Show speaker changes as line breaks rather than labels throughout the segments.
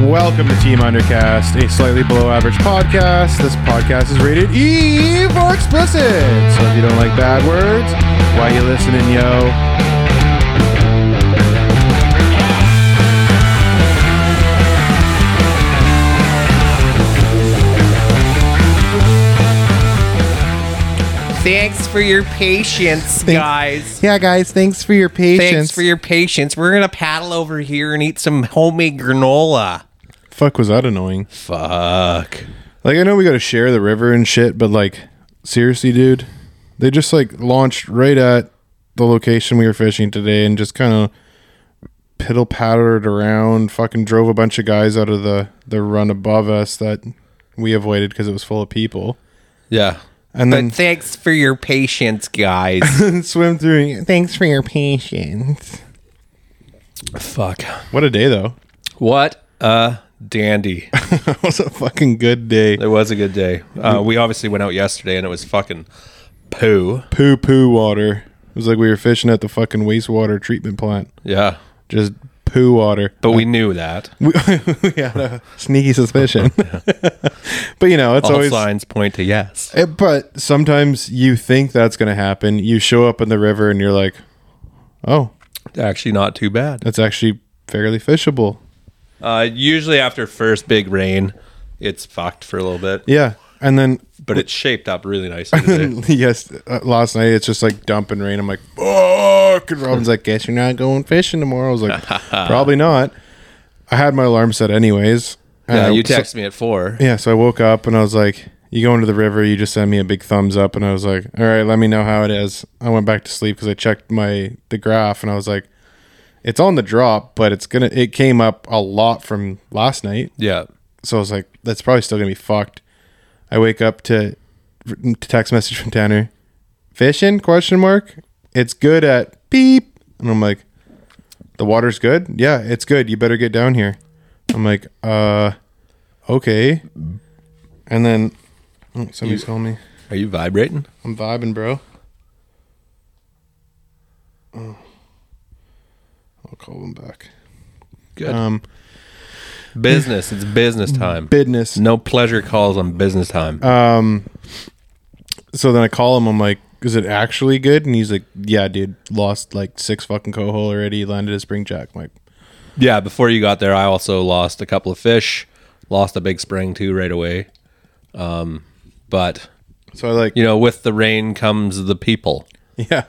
welcome to Team Undercast, a slightly below average podcast. This podcast is rated E for explicit. So if you don't like bad words, why you listening, yo?
Thanks for your patience, guys.
Yeah, guys, thanks for your patience.
Thanks for your patience. We're gonna paddle over here and eat some homemade granola.
Fuck, was that annoying?
Fuck.
Like, I know we got to share the river and shit, but like, seriously, dude, they just like launched right at the location we were fishing today and just kind of piddle pattered around. Fucking drove a bunch of guys out of the the run above us that we avoided because it was full of people,
Yeah.
and
But
then
thanks for your patience, guys.
swim through. Thanks for your patience.
Fuck.
What a day, though.
What a dandy.
that was a fucking good day.
It was a good day. Uh, we obviously went out yesterday and it was fucking poo.
Poo poo water. It was like we were fishing at the fucking wastewater treatment plant.
Yeah.
Just poo water.
But we knew that.
we, we had a sneaky suspicion. but you know, it's
All
always.
signs point to yes.
It, but sometimes you think that's going to happen. You show up in the river and you're like, oh,
Actually, not too bad.
that's actually fairly fishable.
Uh, usually, after first big rain, it's fucked for a little bit.
Yeah. And then,
but it's shaped up really nicely. today.
yes, uh, last night it's just like dumping rain. I'm like, fuck. And Robin's like, guess you're not going fishing tomorrow. I was like, probably not. I had my alarm set anyways.
yeah,
Uh,
you
so-
text me at four.
Yeah, so I woke up and I was like, "You go into the river." You just sent me a big thumbs up, and I was like, "All right, let me know how it is." I went back to sleep because I checked my the graph, and I was like, "It's on the drop, but it's gonna." It came up a lot from last night,
Yeah,
so I was like, "That's probably still gonna be fucked." I wake up to, to text message from Tanner, fishing question mark. It's good at beep, and I'm like, "The water's good. Yeah, it's good. You better get down here." I'm like, "Uh, okay." And then oh, somebody's calling me.
are you vibrating?
I'm vibing, bro. Oh. I'll call them back.
Good
Um,
business. It's Uh, business Uh, time.
business.
No pleasure calls on business time.
Um, so then I call him. I'm like, "Is it actually good?" And he's like, "Yeah, dude, lost like six fucking coho already. Landed a spring jack." I'm like,
yeah, before you got there, I also lost a couple of fish. Lost a big spring too right away. Um, but
so I like,
you know, with the rain comes the people.
yeah,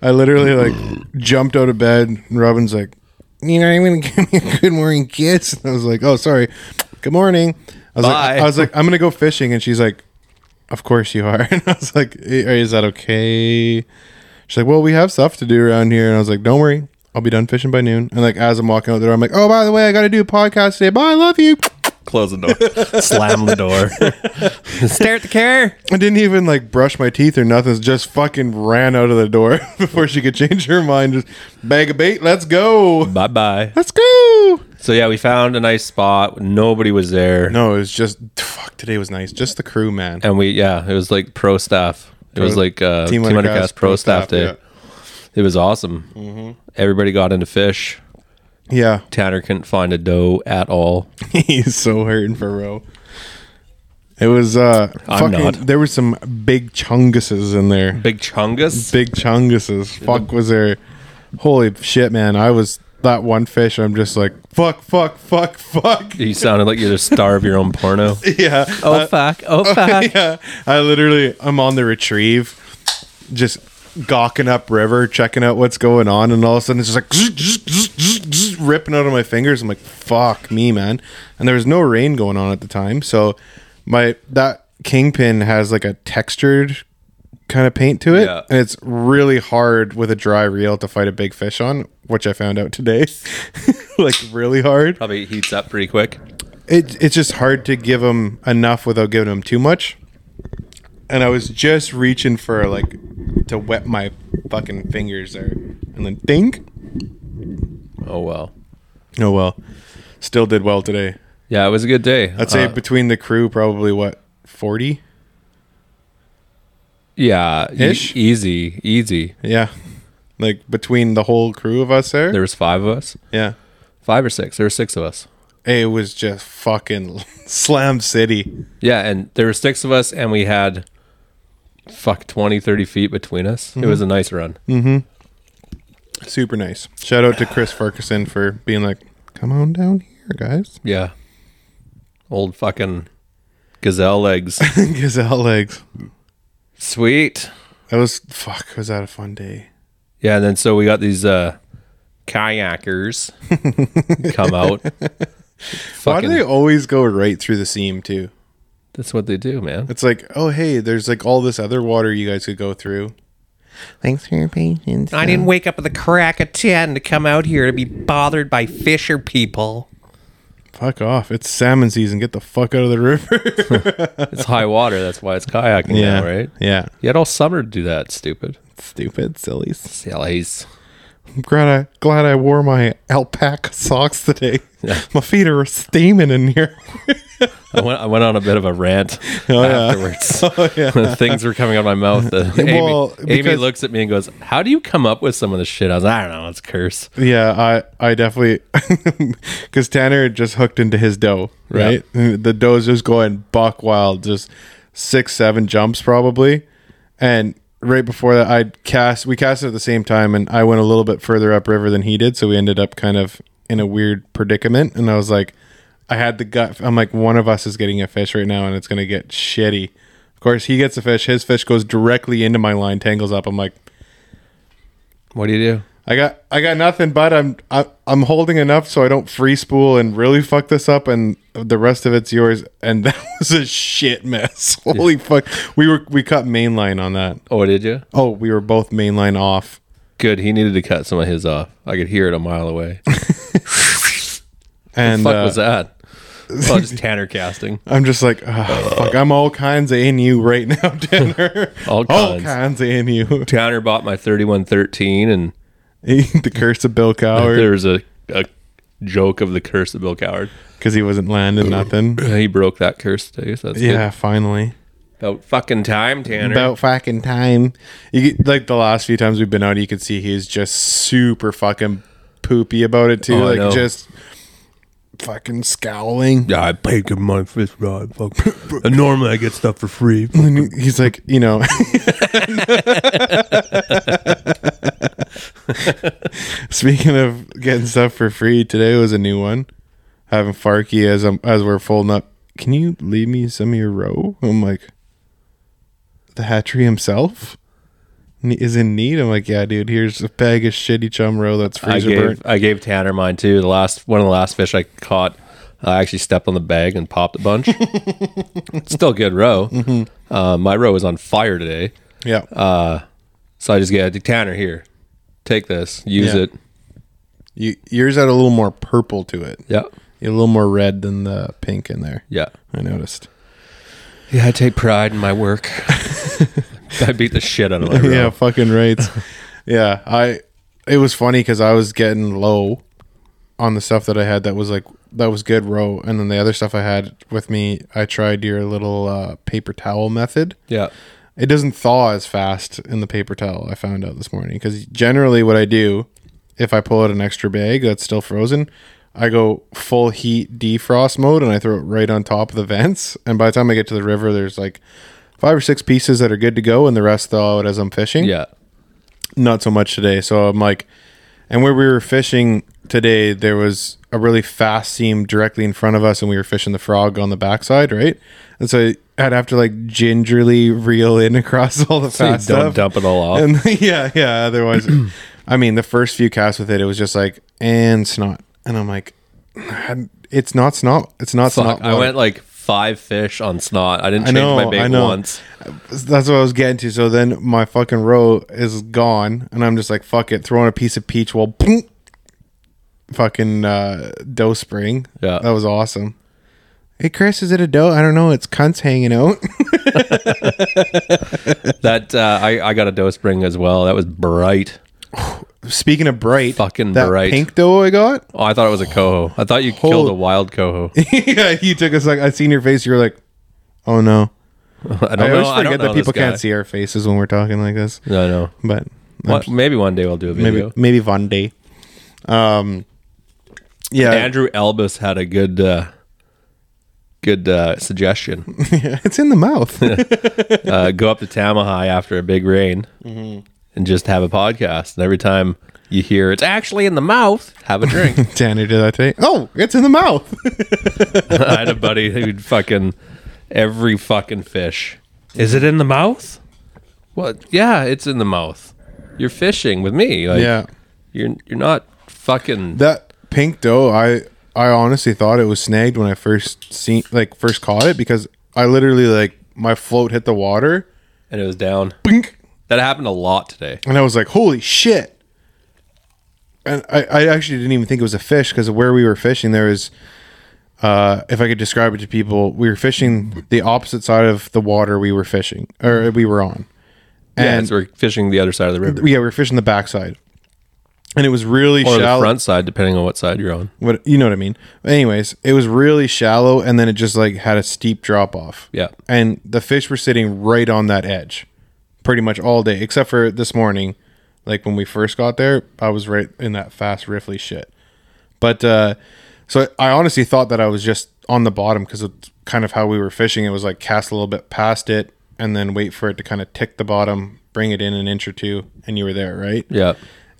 I literally like jumped out of bed. And Robin's like, "You know, I'm gonna give me a good morning kiss." And I was like, "Oh, sorry, good morning." I was
Bye.
like, "I was like, I'm gonna go fishing," and she's like, "Of course you are." And I was like, "Eh, "Is that okay?" She's like, "Well, we have stuff to do around here," and I was like, "Don't worry." I'll be done fishing by noon. And like as I'm walking out the door, I'm like, oh by the way, I gotta do a podcast today. Bye, I love you.
Close the door. Slam the door. Stare at the car.
I didn't even like brush my teeth or nothing. Just fucking ran out of the door before she could change her mind. Just bag of bait. Let's go.
Bye bye.
Let's go.
So yeah, we found a nice spot. Nobody was there.
No, it was just fuck. Today was nice. Just the crew, man.
and we yeah it was like pro staff it was like uh, team,
Team
undercast,
Undercast
pro
pro
staff,
staff,
day it was awesome everybody got into fish
Yeah,
tanner couldn't find a doe at all
he's so hurting for row. It was uh,
I'm
fucking.
not.
There were some big chunguses in there.
big chungus
Big chunguses. Fuck was there. Holy shit, man! I was that one fish. I'm just like fuck, fuck, fuck, fuck.
you sounded like you're the star of your own porno
Yeah.
oh fuck oh fuck
yeah, I literally I'm on the retrieve, just gawking up river, checking out what's going on, and all of a sudden it's just like zzz, zzz, zzz, zzz, zzz, ripping out of my fingers. I'm like, fuck me, man. And there was no rain going on at the time, so my that kingpin has like a textured kind of paint to it
Yeah.
and it's really hard with a dry reel to fight a big fish on which i found out today like really hard
probably heats up pretty quick
it, it's just hard to give them enough without giving them too much. And I was just reaching for like to wet my fucking fingers there, and then ding.
oh well
Oh well, still did well today.
yeah it was a good day
I'd say
Uh,
between the crew, probably what forty.
yeah e-
ish?
easy easy
Yeah, like between the whole crew of us there.
there was five of us
yeah,
five or six there were six of us
it was just fucking slam city.
Yeah, and there were six of us, and we had fuck 20, 30 feet between us. It was a nice run.
Super nice. Shout out to Chris Ferguson for being like, come on down here, guys.
Yeah. Old fucking gazelle legs.
Gazelle legs.
Sweet.
That was fuck. Was that a fun day?
Yeah, and then so we got these uh kayakers come out.
Why do
Fucking,
they always go right through the seam too?
that's what they do, man.
It's like, oh hey, there's like all this other water you guys could go through. Thanks for your patience.
I didn't wake up at the crack of 10 to come out here to be bothered by fisher people.
Fuck off. It's salmon season. Get the fuck out of the river.
It's high water, that's why it's kayaking now, right?
Yeah.
You had all summer to do that, stupid.
Stupid sillies.
Sillies.
I'm glad I, glad I wore my alpaca socks today. My feet are steaming in here.
I went, I went on a bit of a rant
Oh, yeah.
afterwards. Things were coming out of my mouth. Uh, Amy,
Well,
Amy
because-
looks at me and goes, How do you come up with some of this shit? I was like, I don't know. It's a curse.
Yeah, I I definitely because Tanner just hooked into his dough, right? The dough's just going buck wild, just six, seven jumps probably. And right before that, I cast we cast it at the same time, and I went a little bit further upriver than he did, so we ended up kind of in a weird predicament. And I was like, I had the gut. I'm like, one of us is getting a fish right now, and it's gonna get shitty. Of course, he gets a fish. His fish goes directly into my line, tangles up. I'm like.
What do you do?
I got I got nothing, but I'm I, I'm holding enough so I don't free spool and really fuck this up, and the rest of it's yours. And that was a shit mess. Holy fuck, we were we cut mainline on that.
Oh, did you?
Oh, we were both mainline off.
Good. He needed to cut some of his off. I could hear it a mile away. What
And
fuck
uh,
was that? Oh, just Tanner casting.
I'm just like, "Ah, fuck, I'm all kinds of in you right now, Tanner.
All
all
kinds.
kinds of in you.
Tanner bought my 3113, and
the curse of Bill
there
Coward
was a, a joke of the curse of Bill Coward.
because he wasn't landing nothing.
He broke that curse today. So that's
Yeah, finally.
good. About fucking time, Tanner.
about fucking time. You get, like the last few times we've been out, you can see he's just super fucking poopy about it too,
Oh, I know.
like just fucking scowling.
yeah, I paid good money for this rod. Fuck. and normally I get stuff for free.
And he's like, you know, speaking of getting stuff for free, today was a new one. Having Farkey as I'm, as we're folding up. Can you leave me some of your row? I'm like, the hatchery himself ne- is in need. I'm like, yeah, dude. Here's a bag of shitty chum row that's
I
freezer
gave
burnt.
I gave Tanner mine too. The last one of the last fish I caught, I actually stepped on the bag and popped a bunch. Still good row.
Mm-hmm.
Uh, my row was on fire today,
Yeah,
uh, so I just get Tanner here. Take this, use
Yeah.
it.
you, yours had a little more purple to it.
Yeah,
A little more red than the pink in there.
yeah,
I noticed.
yeah. I take pride in my work. I beat the shit out of my row.
yeah, fucking rates. yeah, I. It was funny because I was getting low on the stuff that I had that was like that was good row, and then the other stuff I had with me, I tried your little uh, paper towel method.
yeah.
It doesn't thaw as fast in the paper towel. I found out this morning because generally what I do, if I pull out an extra bag that's still frozen, I go full heat defrost mode and I throw it right on top of the vents. And by the time I get to the river, there's like five or six pieces that are good to go, and the rest thaw out as I'm fishing
yeah.
not so much today. So I'm like, and where we were fishing today, there was a really fast seam directly in front of us, and we were fishing the frog on the backside, right? And so I'd have to like gingerly reel in across all the
So you
fast
don't
stuff.
dump it all off.
And yeah, yeah. Otherwise, I mean, the first few casts with it, it was just like and snot, and I'm like, it's not snot, it's not
Fuck,
snot.
I
water.
went like five fish on snot. I didn't
I
change
know,
my bait
I know.
once.
That's what I was getting to. So then my fucking row is gone, and I'm just like, fuck it, throwing a piece of peach while boom, fucking uh, dough spring.
Yeah.
that was awesome. Hey Chris, is it a dough? I don't know. It's cunts hanging out.
That uh, I I got a dough spring as well. That was bright.
Speaking of bright,
Fucking
that
bright.
pink dough I got.
Oh, I thought it was a coho. I thought you killed a wild coho. I
yeah, you took us like I seen your face. You're like, oh no.
don't
I
know.
always
I
forget
don't know
that people
this guy.
can't see our faces when we're talking like this.
No, no.
But uh,
What, maybe one day we'll do a video.
maybe maybe one day. Um, Yeah.
Andrew Elbus had a good uh, good uh, suggestion.
it's in the mouth.
uh, go up to Tamahai after a big rain
Mm-hmm.
and just have a podcast. And every time you hear it's actually in the mouth, have a drink.
Tanner did that today. Oh, it's in the mouth.
I had a buddy who'd fucking every fucking fish. Is it in the mouth? What? Yeah, it's in the mouth. You're fishing with me. Like,
yeah.
You're you're not fucking.
That pink doe, I I honestly thought it was snagged when I first seen like first caught it because I literally like my float hit the water,
and it was down.
boink,
That happened a lot today.
and I was like, "Holy shit!" And I, I actually didn't even think it was a fish because where we were fishing there was, uh, if I could describe it to people, we were fishing the opposite side of the water we were fishing or we were on,
And
and
we're fishing the other side of the river
yeah, we were fishing the backside, and it was really
or the
shallow.
front side, depending on what side you're on.
what you know what I mean. Anyways, it was really shallow, and then it just like had a steep drop off.
Yeah.
and the fish were sitting right on that edge, pretty much all day, except for this morning. Like when we first got there, I was right in that fast riffly shit. But uh, so I honestly thought that I was just on the bottom because it's kind of how we were fishing. It was like cast a little bit past it and then wait for it to kind of tick the bottom, bring it in an inch or two, and you were there, right?
Yeah.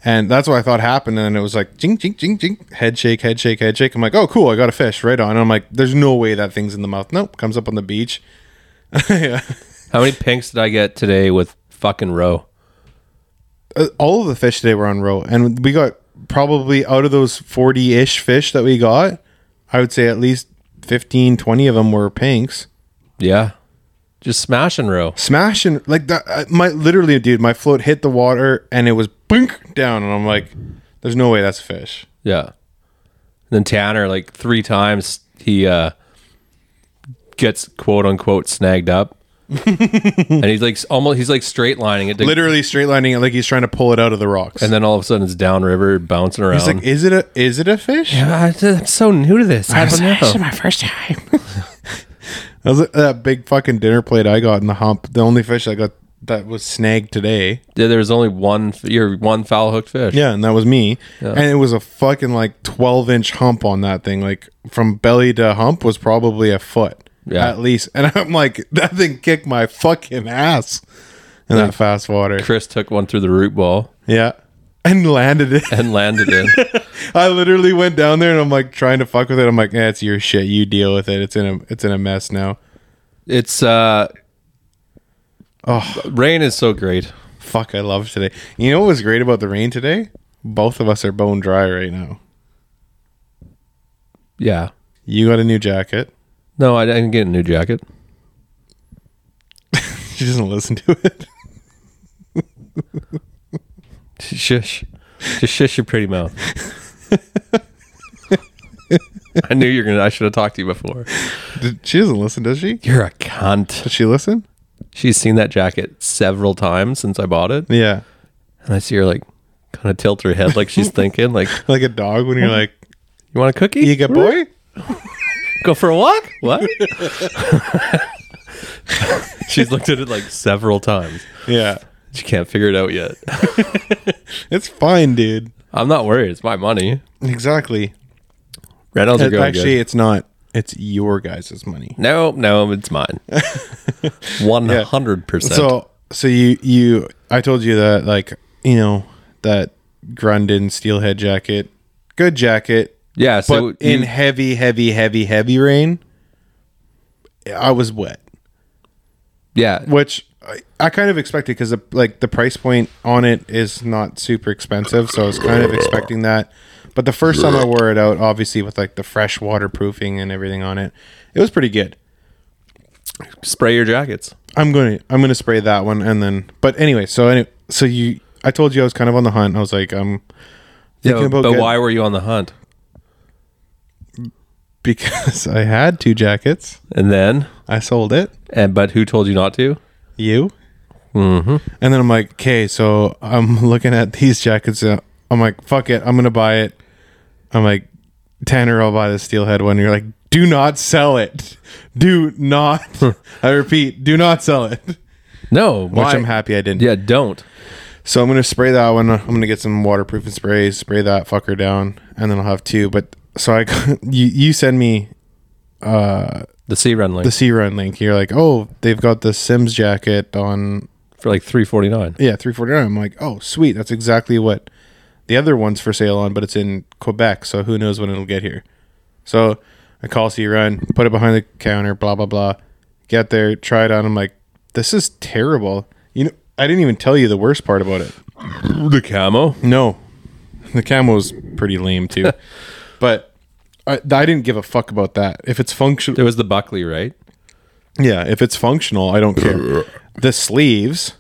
And that's what I thought happened. And then it was like jing, jing, jing, jing, head shake, head shake, head shake. I'm like, oh, cool, I got a fish right on. And I'm like, there's no way that thing's in the mouth. Nope, comes up on the beach. yeah.
How many pinks did I get today with fucking row?
Uh, All of the fish today were on row. And we got probably out of those 40 ish fish that we got, I would say at least 15, 20 of them were pinks.
Yeah. Just smashing row.
Smashing, like that. I- My literally, dude, my float hit the water and it was boink down. And I'm like, there's no way that's a fish.
Yeah. And then Tanner, like three times, he uh, gets quote unquote snagged up, and he's like s- almost he's like straight lining it, to,
Literally straight lining it like he's trying to pull it out of the rocks.
and then all of a sudden it's downriver, bouncing around.
It's like, is it a is it a fish?
"Ah, I'm so new to this. I don't know.
my first time. that was that big fucking dinner plate I got in the hump. The only fish I got that was snagged today.
Yeah, there was only one f- your one foul hooked fish.
Yeah, and that was me. And it was a fucking like twelve inch hump on that thing. Like from belly to hump was probably a foot.
Yeah.
At least. And I'm like, that thing kicked my fucking ass in that fast water.
Chris took one through the root ball
Yeah. And landed it.
and landed it.
I literally went down there and I'm like trying to fuck with it. I'm like, eh, it's your shit. You deal with it. It's in a it's in a mess now.
It's uh,
Oh.
rain is so great.
Fuck, I love today. You know what was great about the rain today? Both of us are bone dry right now.
Yeah.
You got a new jacket.
No, I didn't get a new jacket.
She doesn't listen to it.
Shush. Just shush your pretty mouth. I knew you're gonna I should have talked to you before.
Did- She doesn't listen, does she?
You're a cunt.
Does she listen?
She's seen that jacket several times since I bought it.
Yeah.
And I see her like kind of tilt her head like she's thinking, like,
Like a dog when you're like,
you want a cookie?
you get boy?
Go for a walk? What? she's looked at it like several times.
Yeah.
She can't figure it out yet.
It's fine, dude.
I'm not worried. It's my money.
Exactly.
Reynolds are
It-
going
actually,
good.
it's not. It's your guys' money.
No, no, it's mine. One hundred percent.
So, so you, you, I told you that, like, you know, that Grundon steelhead jacket, good jacket,
Yeah,
but
so
in
you-
heavy, heavy, heavy, heavy rain, I was wet,
yeah,
which I, I kind of expected because the, like the price point on it is not super expensive, so I was kind of expecting that. But the first time I wore it out, obviously with like the fresh waterproofing and everything on it, it was pretty good.
spray your jackets.
I'm going to I'm going to spray that one and then. But anyway, so any so you I told you I was kind of on the hunt. I was like um
Yeah,
Thinking
but
about getting-
why were you on the hunt?
because I had two jackets.
And then,
I sold it.
and but who told you not to?
you. Mm-hmm. And then I'm like, okay, so I'm looking at these jackets. uh, I'm like, fuck it, I'm gonna buy it. I'm like, Tanner, I'll buy the steelhead one. You're like, do not sell it. Do not. I repeat, do not sell it. Which
No, why?
I'm happy I didn't.
Yeah, don't.
So I'm gonna spray that one. I'm gonna get some waterproofing sprays, spray that fucker down, and then I'll have two. But so I you you send me
The sea run link
the Sea Run link. You're like, oh, they've got the Sims jacket on.
for like three forty nine.
Yeah, three forty nine. I'm like, oh, sweet. That's exactly what the other one's for sale on, but it's in Quebec, so who knows when it'll get here. So I call Sea Run, put it behind the counter, blah blah blah. Get there, try it on. I'm like, this is terrible. You know, I didn't even tell you the worst part about it.
The camo.
No, the camo's pretty lame too, but I, I didn't give a fuck about that. If it's functional,
There was the Buckley, right?
Yeah, if it's functional, I don't care. the sleeves,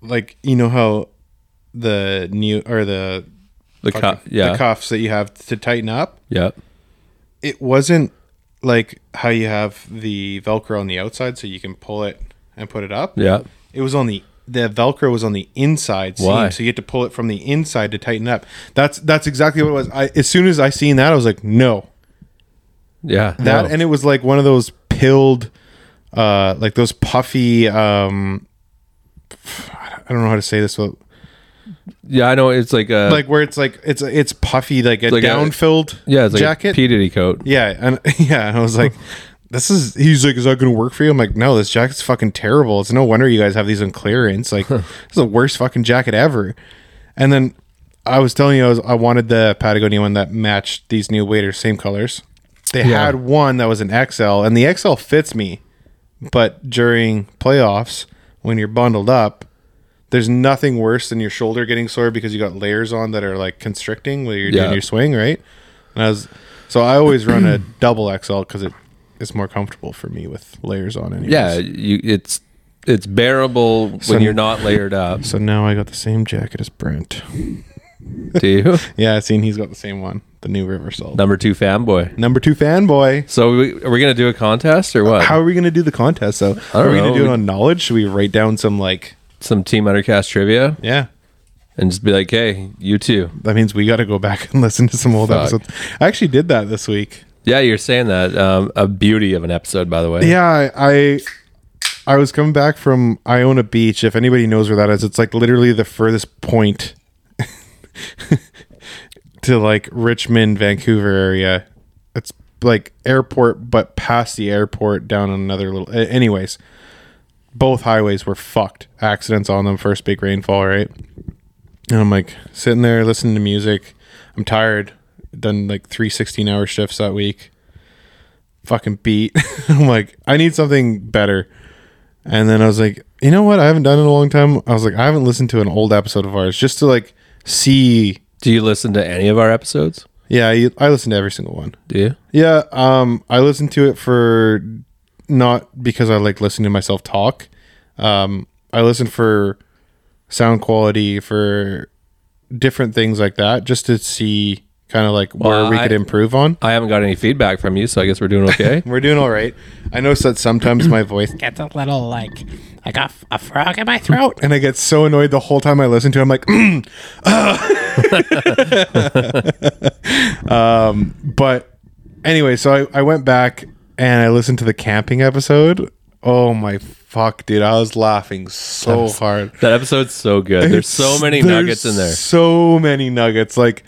like you know how the new or the
The cup. Uh, Yeah.
the cuffs that you have to tighten up,
yeah.
it wasn't like how you have the Velcro on the outside, so you can pull it and put it up.
Yeah.
It was on the the Velcro was on the inside seam,
Why?
so you had to pull it from the inside to tighten up. That's that's exactly what it was. I, as soon as I seen that, I was like, no,
Yeah.
that
no.
and it was like one of those pilled uh like those puffy um I don't know how to say this but
yeah, I know it's like a
like where it's like it's it's puffy like a
Like a-
down-filled
yeah, it's like
jacket
a P Diddy coat.
yeah and yeah and I was like this is he's like is that gonna work for you I'm like no this jacket's fucking terrible it's no wonder you guys have these on clearance like this is the worst fucking jacket ever and then I was telling you I was I wanted the Patagonia one that matched these new waiters same colors they
Yeah.
had one that was an XL and the XL fits me but during playoffs when you're bundled up there's nothing worse than your shoulder getting sore because you got layers on that are like constricting when you're doing
Yeah.
your swing right and i was so i always run a double xl because it is more comfortable for me with layers on anyways.
Yeah, you it's it's bearable
So-
when you're not layered up.
so now i got the same jacket as brent
Do you?
yeah i seen he's got the same one the new river salt
Number two fanboy.
number two fanboy
So we, are we gonna do a contest or what?
how are we gonna do the contest though
I don't
are we gonna
know.
do it on knowledge should we write down some like
Some team undercast trivia
yeah
and just be like, hey, you too.
that means we got to go back and listen to some old
Fuck.
episodes. I actually did that this week.
Yeah, you're saying that. Um, a beauty of an episode, by the way.
Yeah, I I was coming back from Iona Beach. If anybody knows where that is, it's like literally the furthest point to like Richmond, Vancouver area. It's like airport, but past the airport, down another little. a- Anyways, both highways were fucked. Accidents on them. First big rainfall, right? And I'm like sitting there listening to music. I'm tired. Done like three 16 hour shifts that week. Fucking beat. I'm like, I need something better. And then I was like, you know what? I haven't done it in a long time. I was like, I haven't listened to an old episode of ours just to like see.
Do you listen to any of our episodes?
Yeah, I, I listen to every single one.
Do you?
Yeah, um, I listen to it for not because I like listening to myself talk. Um, I listen for sound quality, for different things like that, just to see kind of like where
Well,
we
I-
could improve on.
I haven't got any feedback from you, so I guess we're doing okay.
We're doing all right. I notice that sometimes my voice
It's a little like I got a frog in my throat.
and I get so annoyed the whole time I listen to. It, I'm like, mm, ah. um, but anyway, so I, I went back and I listened to the camping episode. Oh my fuck, dude! I was laughing so hard.
that episode's so good. There's so
It's-
many
there's
nuggets in there.
So many nuggets. Like,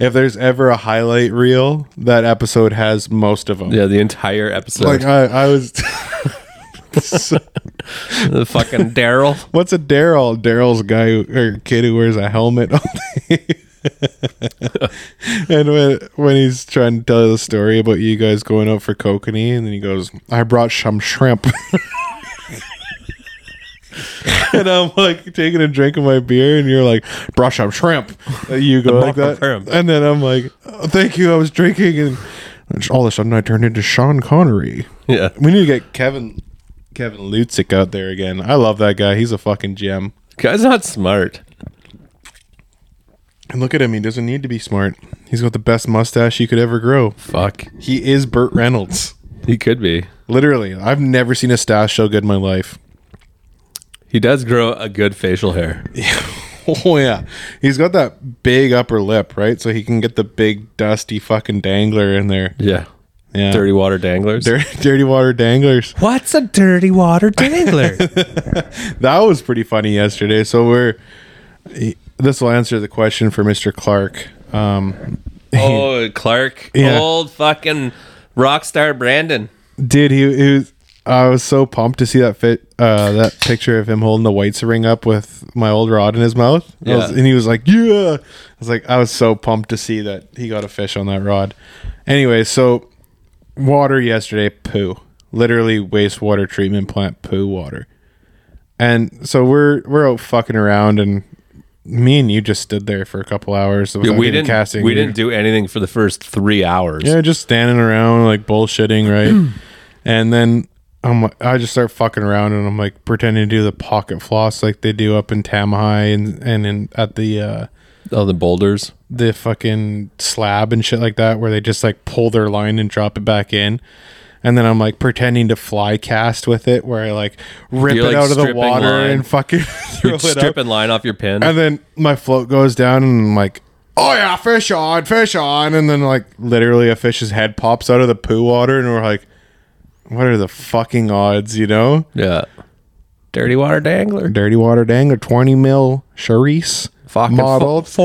if there's ever a highlight reel, that episode has most of them.
Yeah, the entire episode.
Like I, I was. so-
the fucking Daryl.
What's a Daryl? Daryl's a guy who, or kid who wears a helmet all day. and when when he's trying to tell the story about you guys going out for kokanee, and then he goes, "I brought some shrimp," and I'm like taking a drink of my beer, and you're like, "Brought some shrimp." You go like
Brought
that,
some shrimp.
and then I'm like, oh, "Thank you, I was drinking," and all of a sudden I turned into Sean Connery.
Yeah.
We need to get Kevin Kevin Lutzik out there again. I love that guy. He's a fucking gem.
Guy's not smart.
And look at him. He doesn't need to be smart. He's got the best mustache you could ever grow.
Fuck.
He is Burt Reynolds.
He could be.
Literally, I've never seen a stash so good in my life.
He does grow a good facial hair.
Oh yeah, he's got that big upper lip, right? So he can get the big dusty fucking dangler in there.
Yeah.
Yeah,
Dirty water danglers.
dirty, dirty water danglers.
What's a dirty water dangler?
that was pretty funny yesterday. So we're this will answer the question for Mr. Clark. Um,
Oh, Clark,
Yeah.
old fucking rock star Brandon.
Dude, he, he was. I was so pumped to see that fit uh, that picture of him holding the weights ring up with my old rod in his mouth. I was-
Yeah.
and he was like, "Yeah." I was like, I was so pumped to see that he got a fish on that rod. Anyway, so water yesterday, poo. Literally wastewater treatment plant poo water. And so we're we're out fucking around, and me and you just stood there for a couple hours.
Yeah,
without
we
getting
didn't we didn't do anything for the first three hours.
yeah, just standing around like bullshitting, right? and then I'm like- I just start fucking around and I'm like pretending to do the pocket floss like they do up in Tamahai and and in, at the uh
Oh, the boulders.
the fucking slab and shit like that where they just like pull their line and drop it back in. And then I'm like pretending to fly cast with it where I like rip
You're,
it
like,
out of the
stripping
water
line.
and fucking throw
You're
it up.
stripping line off your pin.
And then my float goes down and I'm like, oh yeah, fish on, fish on. And then like literally a fish's head pops out of the poo water and we're like, what are the fucking odds, you know?
yeah. Dirty water dangler.
Dirty water dangler, 20 mil Charisse
Fucking
modeled.
fo-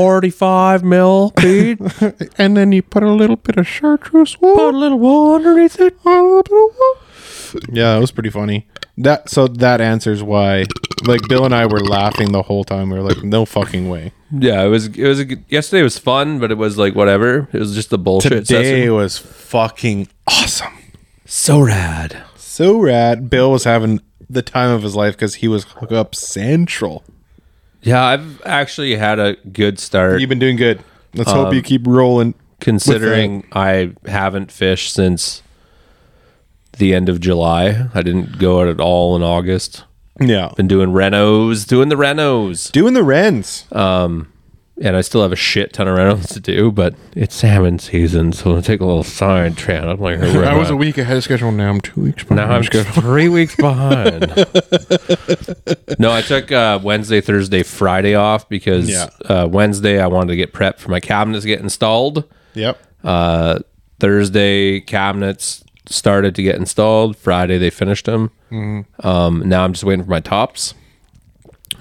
45 mil, dude. Put
and then you put a little bit of chartreuse wool.
a little wool underneath it.
a little bit of wool. Yeah, it was pretty funny. That so that answers why like Bill and I were laughing the whole time. We were like, no fucking way.
Yeah, it was. It was. A, good- yesterday was fun, but it was like whatever. It was just the bullshit
Today
session.
was fucking awesome.
So rad.
So rad. Bill was having the time of his life because he was hookup central.
Yeah, I've actually had a good start
You've been doing good. Let's hope
Um,
you keep rolling.
considering I haven't fished since the end of July. I didn't go out at all in August.
Yeah.
Been doing renos, doing the renos,
Doing the Rens.
Uh, and I still have a shit ton of renos to do. But it's salmon season, so it'll take a little sign trend. I'm like,
I was a week ahead of schedule. Now I'm two weeks behind.
Now I'm
schedule.
three weeks behind. no, I took uh, Wednesday, Thursday, Friday off because
Yeah.
uh, Wednesday I wanted to get prepped for my cabinets to get installed.
Yep.
Uh, Thursday cabinets started to get installed. Friday they finished them. Um, now I'm just waiting for my tops.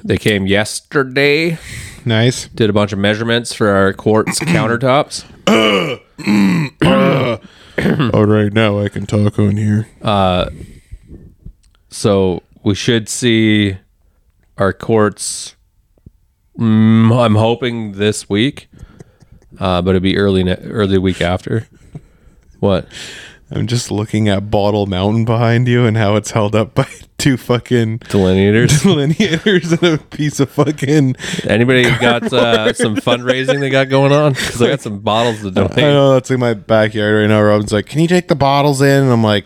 They came yesterday.
Nice.
Did a bunch of measurements for our quartz countertops. Hmm.
Oh, right now I can talk on here.
So we should see our courts. Mm, I'm hoping this week, uh, but it'd be early ne- early week after. What?
I'm just looking at Bottle Mountain behind you and how it's held up by two fucking
Delineators.
delineators and a piece of fucking.
Anybody got uh, some fundraising they got going on? Because I got some bottles to
I
donate.
know that's in my backyard right now. Robin's like, "Can you take the bottles in?" And I'm like,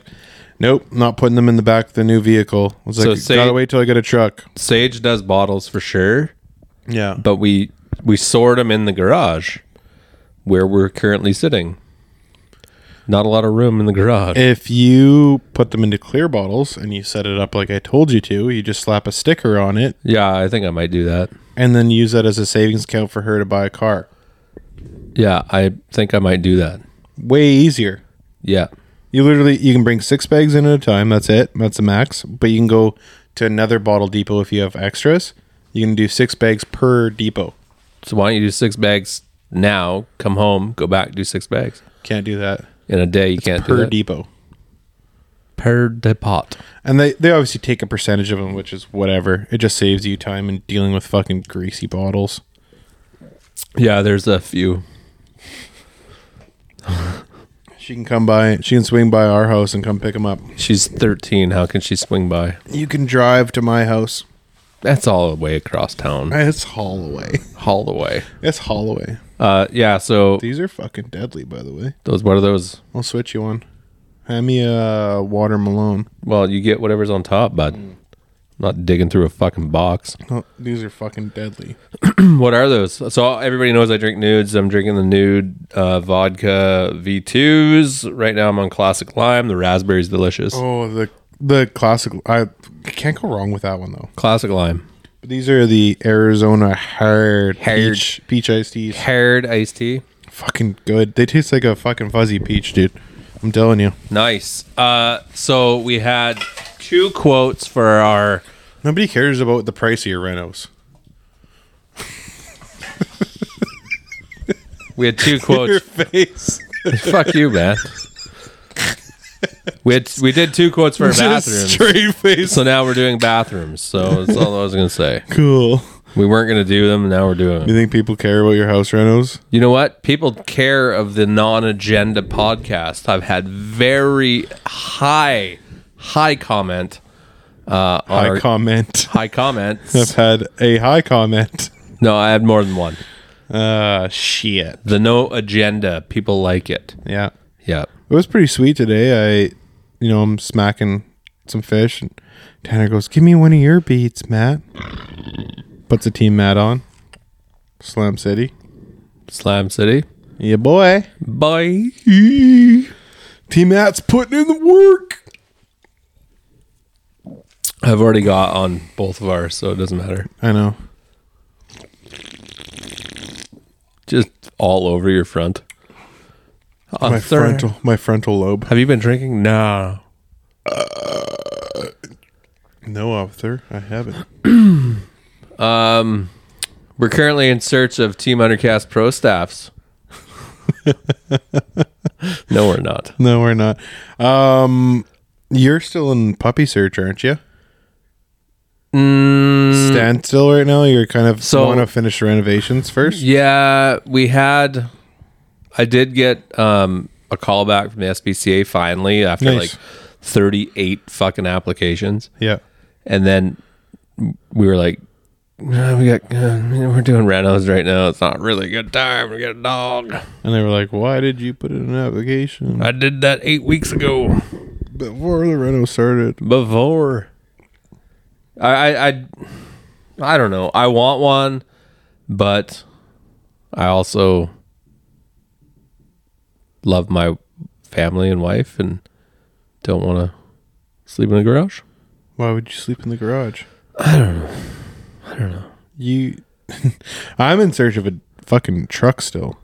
"Nope, not putting them in the back of the new vehicle." I was like,
say-
"Gotta wait till I get a truck."
Sage does bottles for sure,
Yeah,
but we we sort them in the garage where we're currently sitting. Not a lot of room in the garage.
if you put them into clear bottles and you set it up like I told you to, you just slap a sticker on it
yeah, I think I might do that.
and then use that as a savings account for her to buy a car.
Yeah, I think I might do that.
Way easier.
Yeah.
You literally you can bring six bags in at a time. That's it. That's the max. But you can go to another bottle depot if you have extras. You can do six bags per depot.
So why don't you do six bags now? Come home, go back, do six bags
Can't do that
in a day. You can't do
per
that.
depot.
per depot.
And they, they obviously take a percentage of them, which is whatever. It just saves you time in dealing with fucking greasy bottles.
Yeah, there's a few.
She can come by. She can swing by our house and come pick them up.
She's 13. How can she swing by?
You can drive to my house.
That's all the way across town,
It's Holloway.
all the way.
It's Holloway.
Uh, yeah. So
These are fucking deadly, by the way.
those. What are those?
I'll switch you on. Hand me a water Malone.
Well, you get whatever's on top, bud. Not digging through a fucking box.
Oh, these are fucking deadly.
What are those? So everybody knows I drink nudes. I'm drinking the nude uh, vodka V2s right now. I'm on classic lime. The raspberry's delicious.
Oh, the the classic. I can't go wrong with that one though.
Classic lime.
But these are the Arizona hard,
Hard.
peach peach iced teas.
Paired iced tea.
Fucking good. They taste like a fucking fuzzy peach, dude. I'm telling you.
Nice. Uh, so we had two quotes for our.
Nobody cares about the price of your renos.
We had two quotes.
face.
Fuck you, man. We had we did two quotes for our bathrooms.
Straight face.
So now we're doing bathrooms. So that's all I was gonna say.
Cool.
We weren't gonna do them. Now we're doing
You
them.
think people care about your house renos?
You know what? People care of the non-agenda podcast. I've had very high, high comment. Uh, on
High
our-
comment.
high
I've
comments.
had a high comment.
No, I had more than one.
Uh shit.
The no agenda. People like it.
Yeah.
Yeah.
It was pretty sweet today. I, you know, I'm smacking some fish, and Tanner goes, "Give me one of your beats, Matt." Puts a team Matt on. Slam City.
Slam City.
Yeah, boy.
Bye.
Team Matt's putting in the work.
I've already got on both of ours, so it doesn't matter.
I know.
Just all over your front. On
My
third-
frontal, my frontal lobe.
Have you been drinking? No.
No, officer, I haven't.
We're currently in search of Team Undercast pro staffs. no, we're not.
No, we're not. Um, you're still in puppy search, aren't you? Stand still right now. You're kind of
So-
want to finish renovations first.
Yeah, we had. I did get um, a call back from the SPCA finally after
Nice.
like 38 fucking applications.
Yeah.
And then we were like, "No, we got, uh, we're doing renos right now. It's not really a good time. We got a dog.
And they were like, "Why did you put in an application
I did that eight weeks ago
before the reno started?"
before. I, I, I, I don't know. I want one, but I also love my family and wife and don't want to sleep in a garage.
Why would you sleep in the garage? I don't know. I don't know. You, I'm in search of a fucking truck still.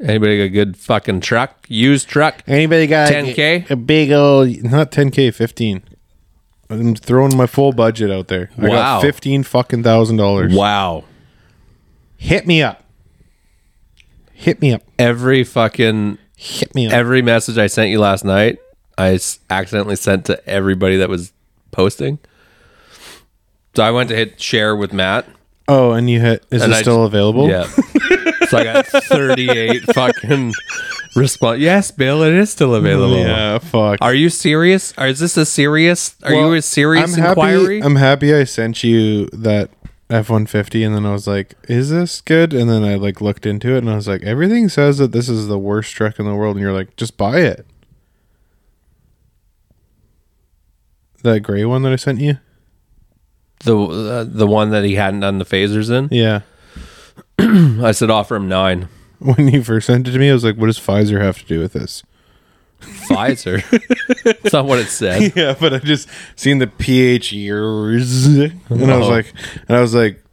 Anybody got a good fucking truck? Used truck?
Anybody got
10K?
A big old not 10k, 15. I'm throwing my full budget out there. I
Wow.
got 15 fucking thousand dollars.
Wow.
Hit me up. Hit me up.
Every fucking
Hit me up.
every message I sent you last night, I s- accidentally sent to everybody that was posting. So I went to hit share with Matt.
oh, and you hit. Is
And
it
I
still available?
Yeah. so I got 38 fucking response. Yes, Bill, it is still available.
Yeah. Ah, Fuck.
Are you serious? Are, is this a serious? Are
Well,
you a serious
I'm
inquiry?
Happy, I'm happy I sent you that F-150 and then I was like, is this good? And then I like looked into it and I was like, everything says that this is the worst truck in the world. And you're like, just buy it. That gray one that I sent you?
the uh, the one that he hadn't done the phasers in.
Yeah.
I said offer him nine.
When you first sent it to me, I was like, what does Pfizer have to do with this?
Pfizer. That's not what it said.
Yeah, but I just seen the pH years and I was
Oh.
like and I was like,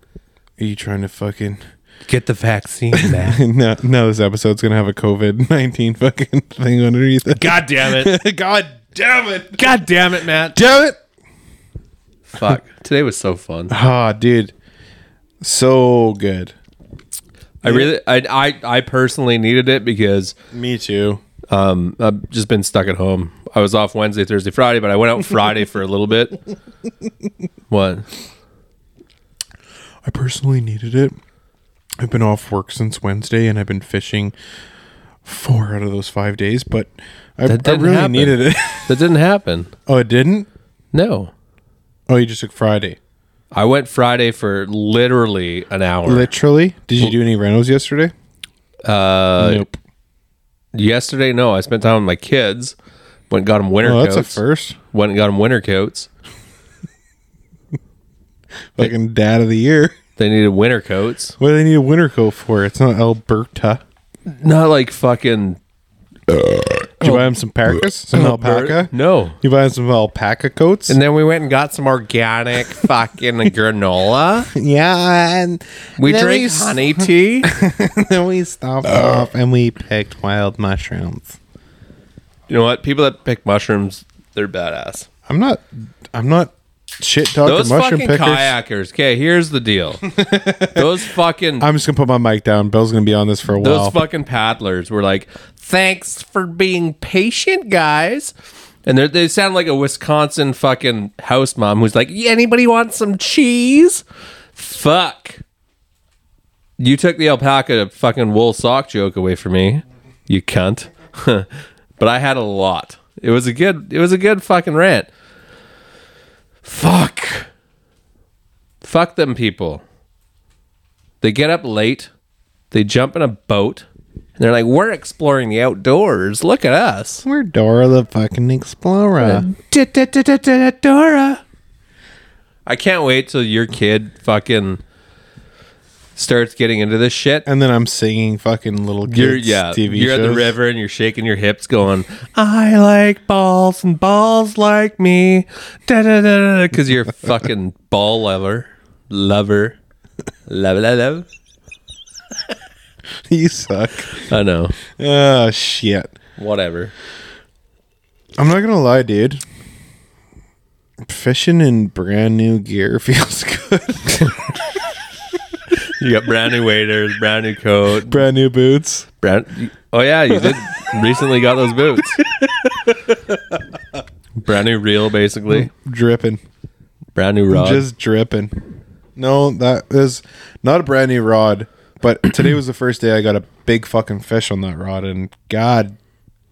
Are you trying to fucking
Get the vaccine, Matt.
No, no, this episode's gonna have a COVID nineteen fucking thing underneath it.
God damn it.
God damn it!
God damn it, Matt.
Damn it!
Fuck. Today was so fun.
Ah, dude, so good.
I really, I, I, I personally needed it because
Me too.
um, I've just been stuck at home. I was off Wednesday, Thursday, Friday, but I went out Friday for a little bit. What?
I personally needed it. I've been off work since Wednesday, and I've been fishing four out of those five days. But I,
That
I
didn't
really
happen.
needed it.
That didn't happen.
oh, it didn't.
No.
Oh, you just took Friday.
I went Friday for literally an hour.
Literally. Did you do any renos yesterday?
uh,
nope.
Yesterday, no. I spent time with my kids. Went and got them winter
Oh, that's
coats.
a first.
Went and got them winter coats.
Fucking dad of the year.
They needed winter coats.
What do they need a winter coat for? It's not Alberta.
Not like fucking
Did you buy him some parkas? Some alpaca?
Oh. No.
You buy him some alpaca coats?
And then we went and got some organic fucking granola.
yeah, and
We
then
drank
s-
honey tea.
then we stopped off and we picked wild mushrooms.
You know what? People that pick mushrooms, they're badass.
I'm not. I'm not shit talking
Those
mushroom
fucking
pickers.
kayakers. Okay, here's the deal. Those fucking
I'm just gonna put my mic down. Bill's gonna be on this for a
those
while.
fucking paddlers were like, "Thanks for being patient, guys." And they're- they sound like a Wisconsin fucking house mom who's like, "Yeah, "Anybody want some cheese?" Fuck. You took the alpaca fucking wool sock joke away from me, you cunt. but I had a lot. It was a good. It was a good fucking rant. Fuck. Fuck them people. They get up late they jump in a boat and they're like, "We're exploring the outdoors. Look at us,
We're Dora the fucking Explorer.
Dora." I can't wait till your kid fucking starts getting into this shit.
And then I'm singing fucking little kids
You're yeah,
TV
you're at the
shows.
river and you're shaking your hips, going, "I like balls and balls like me," da da da da, because you're a fucking ball lover, lover, love, love, love.
You suck.
I know,
Oh shit.
whatever.
I'm not gonna lie, dude. Fishing in brand new gear feels good.
You got brand new waders, brand new coat,
brand new boots.
Brand- oh yeah, you did recently got those boots. Brand new reel, basically.
Dripping.
Brand new rod.
Just dripping. No, that is not a brand new rod. But today was the first day I got a big fucking fish on that rod, and god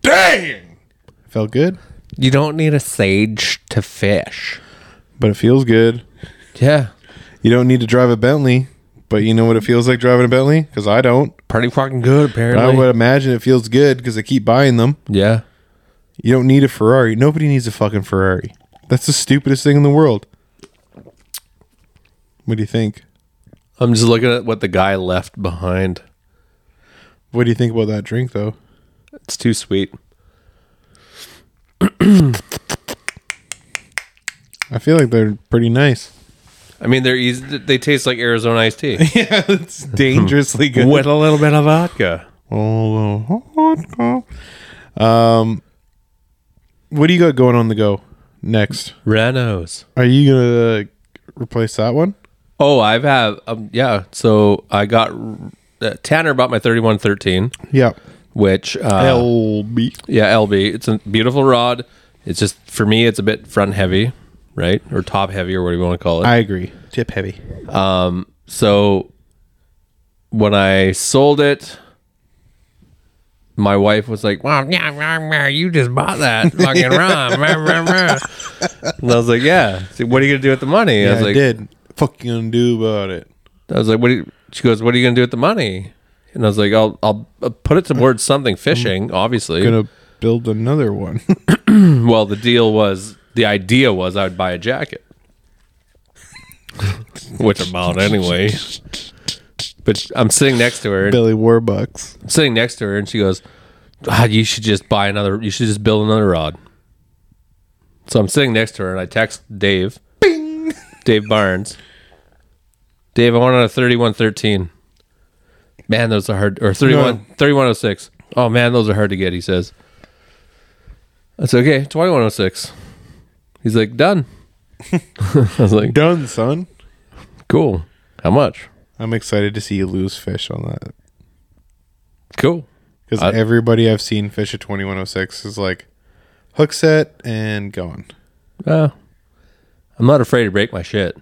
dang, felt good.
you don't need a sage to fish.
But it feels good.
Yeah,
You don't need to drive a Bentley, but you know what it feels like driving a Bentley? Because I don't.
pretty fucking good
But I
apparently.
would imagine it feels good because I keep buying them.
yeah,
You don't need a Ferrari. Nobody needs a fucking Ferrari. That's the stupidest thing in the world. What do you think?
I'm just looking at what the guy left behind.
What do you think about that drink, though?
It's too sweet.
I feel like they're pretty nice.
I mean, they're easy. They taste like Arizona iced tea
yeah, it's dangerously good.
with a little bit of vodka.
Oh, oh, oh. Um, what do you got going on the go next?
Renos.
Are you gonna replace that one?
Oh, I've have um, yeah. So I got uh, Tanner bought my 3113,
Yeah.
which uh,
LB.
Yeah, LB. It's a beautiful rod. It's just for me, it's a bit front heavy, right, or top heavy, or whatever you want to call it.
I agree. Tip heavy.
so when I sold it, my wife was like, "Wow,
yeah, rah, rah, you just bought that.
that fucking rod." rah, rah, rah." and I was like, "Yeah." She's like, what are you gonna do with the money? I
Yeah,
was
I
like,
did. Fuck you gonna do about it?
"I was like, what?" Are you, she goes, "What are you gonna do with the money?" And I was like, "I'll I'll uh, put it towards something fishing, obviously."
Mm-hmm. Gonna build another one.
Well, the deal was the idea was I would buy a jacket, which I'm out anyway. But I'm sitting next to her, and
Billy Warbucks.
I'm sitting next to her, and she goes, God, "You should just buy another. You should just build another rod." So I'm sitting next to her, and I text Dave, Bing! Dave Barnes, Dave, I want a 3113. Man, those are hard. Or 31, 3106. Oh man, those are hard to get. He says. That's okay. 2106. He's like, done. I was like,
Done, son.
cool. How much?
I'm excited to see you lose fish on that
Cool.
because
I-
everybody I've seen fish at 2106 is like hook set and gone.
Uh, I'm not afraid to break my shit.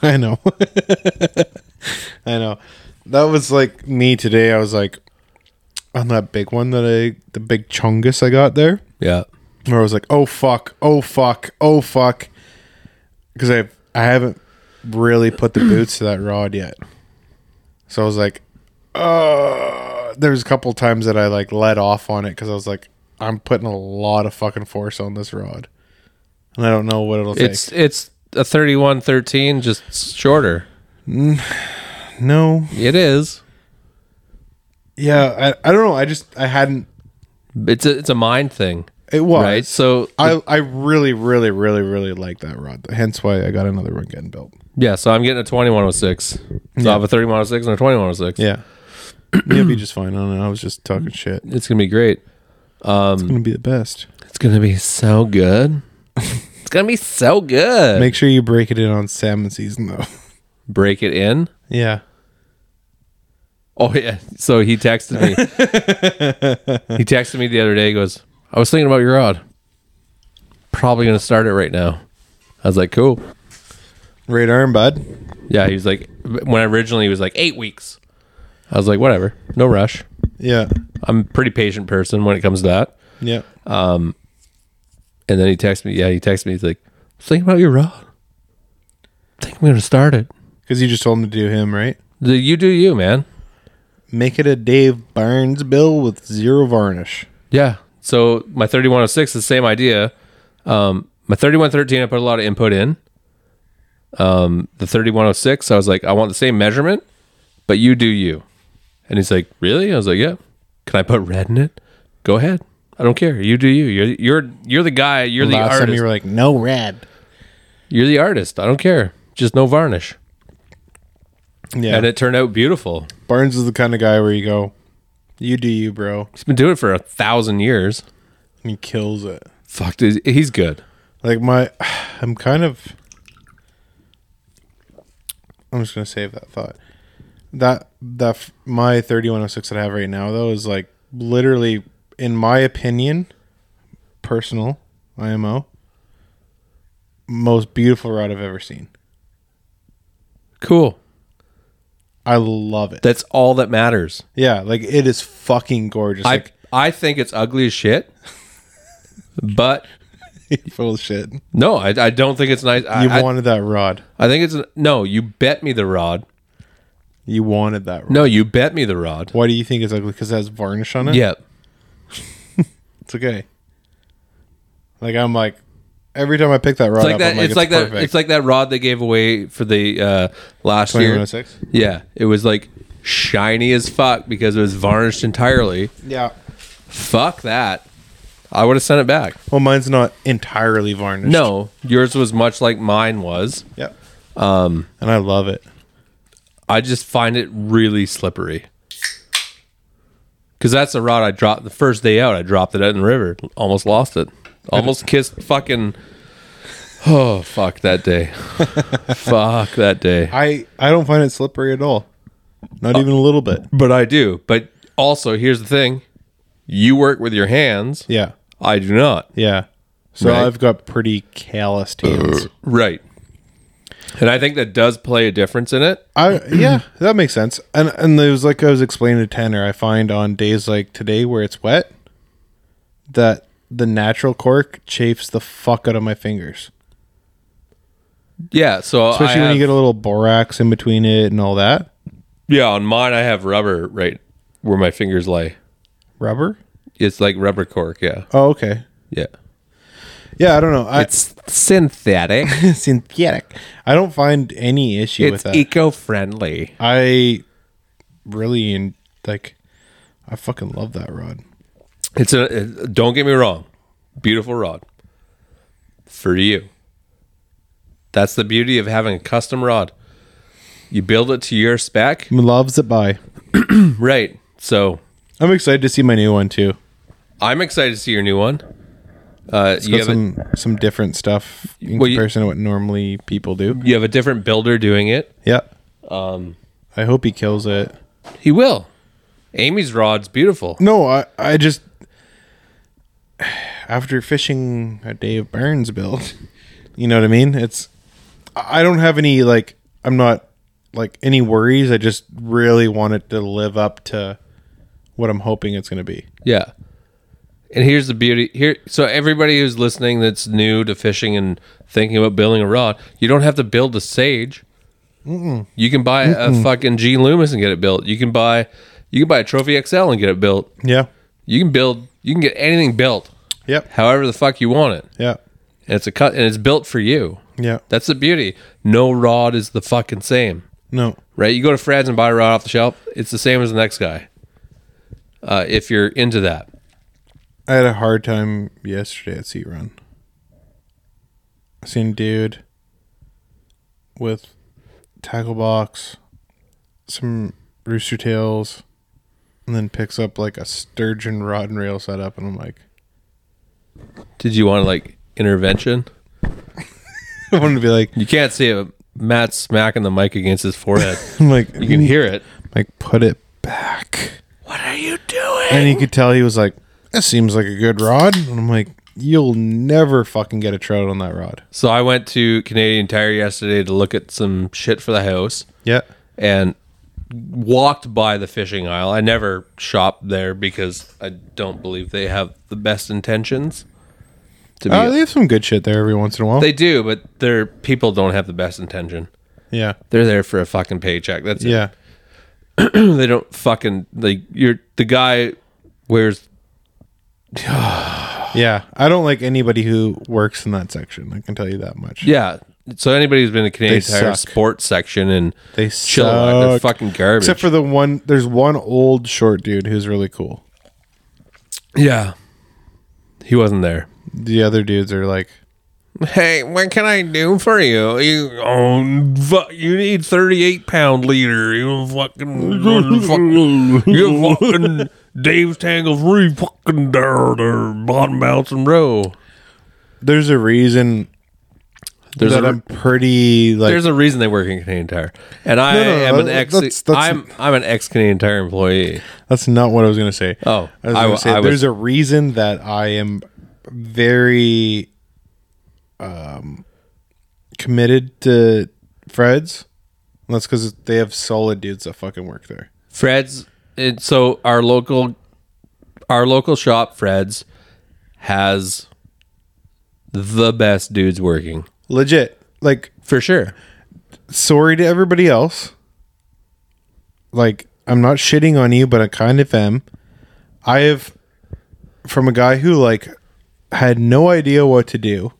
I know. I know. That was like me today. I was like on that big one that I the big chungus I got there.
Yeah.
where I was like, "Oh fuck, oh fuck, oh fuck," because I I haven't really put the boots to that rod yet. So I was like, "Uh." There was a couple times that I like let off on it because I was like, "I'm putting a lot of fucking force on this rod," and I don't know what it'll
It's it's a 3113, just shorter.
take. No,
It is.
yeah, I, I don't know. I just I hadn't.
It's a, it's a mind thing,
It was
right? So
I I really really really really like that rod. Hence why I got another one getting built.
yeah, so I'm getting a 2106. So I have a 3106 and a 2106.
Yeah. You'll be just fine. I don't know. I was just talking shit.
It's gonna be great.
It's gonna be the best.
It's gonna be so good. It's gonna be so good.
Make sure you break it in on salmon season though.
Break it in.
yeah.
Oh yeah. So he texted me. he texted me the other day. He Goes, I was thinking about your rod. Probably gonna start it right now. I was like, cool.
Right arm, bud.
Yeah. He was like, when originally he was like eight weeks. I was like, whatever. No rush.
Yeah.
I'm a pretty patient person when it comes to that.
Yeah.
And then he texted me. Yeah, he texted me. He's like, I was thinking about your rod. I think I'm gonna start it.
Because you just told him to do him, right?
The- You do you, man.
Make it a Dave Barnes bill with zero varnish.
Yeah. So my 3106 is the same idea. Um, my 3113, I put a lot of input in. Um, the 3106, I was like, I want the same measurement, but you do you. And he's like, Really? I was like, Yeah. Can I put red in it? Go ahead. I don't care. You do you. You're you're you're the guy. You're the
Last time
artist.
you were like, no red.
You're the artist. I don't care. Just no varnish.
Yeah.
And it turned out beautiful.
Barnes is the kind of guy where you go, you do you, bro.
He's been doing it for a thousand years.
And he kills it.
Fuck, dude, he's good.
Like my, I'm kind of. I'm just gonna save that thought. That that f- my 3106 that I have right now though is like literally, in my opinion, personal IMO. Most beautiful rod I've ever seen.
Cool.
I love it.
That's all that matters.
yeah, like it is fucking gorgeous.
I
like
I think it's ugly as shit. but
full of shit. You
no, I, I don't think it's nice. I, I,
wanted that rod.
I think it's no. You bet me the rod.
You wanted that rod.
No, you bet me the rod.
Why do you think it's ugly? Because it has varnish on it.
Yeah,
It's okay. Like I'm like every time I pick that rod
it's like
up,
that.
I'm like,
it's, like
perfect.
that. It's like that rod they gave away for the uh, last year.
2106.
Yeah, it was like shiny as fuck because it was varnished entirely.
Yeah.
Fuck that. I would have sent it back.
Well, mine's not entirely varnished.
No, yours was much like mine was.
Yeah. Um, and I love it.
I just find it really slippery. Cause that's the rod I dropped the first day out. I dropped it out in the river. Almost lost it. Almost kissed fucking. Oh fuck that day. fuck that day.
I I don't find it slippery at all.
Uh,
Not even a little bit.
But I do. But also, here's the thing: you work with your hands.
Yeah.
I do not.
Yeah. So
Right.
I've got pretty calloused hands.
Right. And I think that does play a difference in it.
I yeah, that makes sense. And and it was like I was explaining to Tanner, I find on days like today where it's wet that the natural cork chafes the fuck out of my fingers.
Yeah. So I
Especially when
have-
you get a little borax in between it and all that.
yeah on mine I have rubber right where my fingers lay.
Rubber?
It's like rubber cork. Yeah.
Oh, okay.
Yeah.
Yeah, I don't know. I,
It's synthetic.
synthetic. I don't find any issue with
it's e-
that.
eco-friendly.
I really in, like. I fucking love that rod.
It's a it- don't get me wrong, beautiful rod for you. That's the beauty of having a custom rod. You build it to your spec,
Loves it by.
right? So
I'm excited to see my new one too.
I'm excited to see your new one. Uh,
Got
you have a,
some some different stuff in
Well, you-
comparison to what normally people do.
you have a different builder doing it.
Yeah. Um. I hope he kills it.
He will. Amy's rod's beautiful.
No, I I just after fishing a day of Burns build, you know what I mean? It's I don't have any like I'm not like any worries. I just really want it to live up to what I'm hoping it's going to be.
Yeah. And here's the beauty here. So everybody who's listening that's new to fishing and thinking about building a rod, you don't have to build a Sage. You can buy a fucking Gene Loomis and get it built. You can buy you can buy a Trophy XL and get it built.
Yeah.
You can build you can get anything built,
Yep.
however the fuck you want it.
Yeah.
And it's a cut and it's built for you.
Yeah.
That's the beauty. No rod is the fucking same
No.
right? You go to Fred's and buy a rod off the shelf. It's the same as the next guy. Uh, if you're into that,
I had a hard time yesterday at Sea Run. I seen a dude with tackle box, some rooster tails, and then picks up like a sturgeon rod and rail setup, and I'm like,
did you want like intervention?
I wanted to be like,
You can't see it. but Matt's smacking the mic against his forehead.
I'm like,
You can hear it.
like put it back.
What are you doing?
And you could tell he was like, that seems like a good rod. And I'm like, you'll never fucking get a trout on that rod.
So I went to Canadian Tire yesterday to look at some shit for the house
Yeah.
and walked by the fishing aisle. I never shop there because I don't believe they have the best intentions. To be,
Oh, they have some good shit there every once in a while.
they do, but their people don't have the best intention.
yeah.
They're there for a fucking paycheck. That's it.
Yeah.
they don't fucking like you're the guy wears
Yeah. I don't like anybody who works in that section. I can tell you that much.
yeah. So anybody who's been in the Canadian
They
Tire
suck.
sports section and
They
chill out, they're
suck.
fucking garbage.
Except for the one, there's one old short dude who's really cool.
yeah, he wasn't there.
The other dudes are like,
Hey, what can I do for you? You oh, fu- you need thirty eight pound leader. You fucking, you fucking, you fucking Dave's Tangle Free fucking there, there, bottom bouncing row.
there's a reason
There's
that
a,
i I'm pretty like
there's a reason they work in Canadian Tire, and I
No, no, no,
am an
that-
ex.
that's- that's-
I'm I'm an ex Canadian Tire employee.
That's not what I was going to say.
Oh,
I was
I
going
w-
to say
I was-
there's a reason that I am very um committed to Fred's. And that's because they have solid dudes that fucking work there.
Fred's. And so our local, our local shop, Fred's, has the best dudes working
Legit. Like,
for sure.
sorry to everybody else. Like, I'm not shitting on you, but I kind of am. I have from a guy who like had no idea what to do.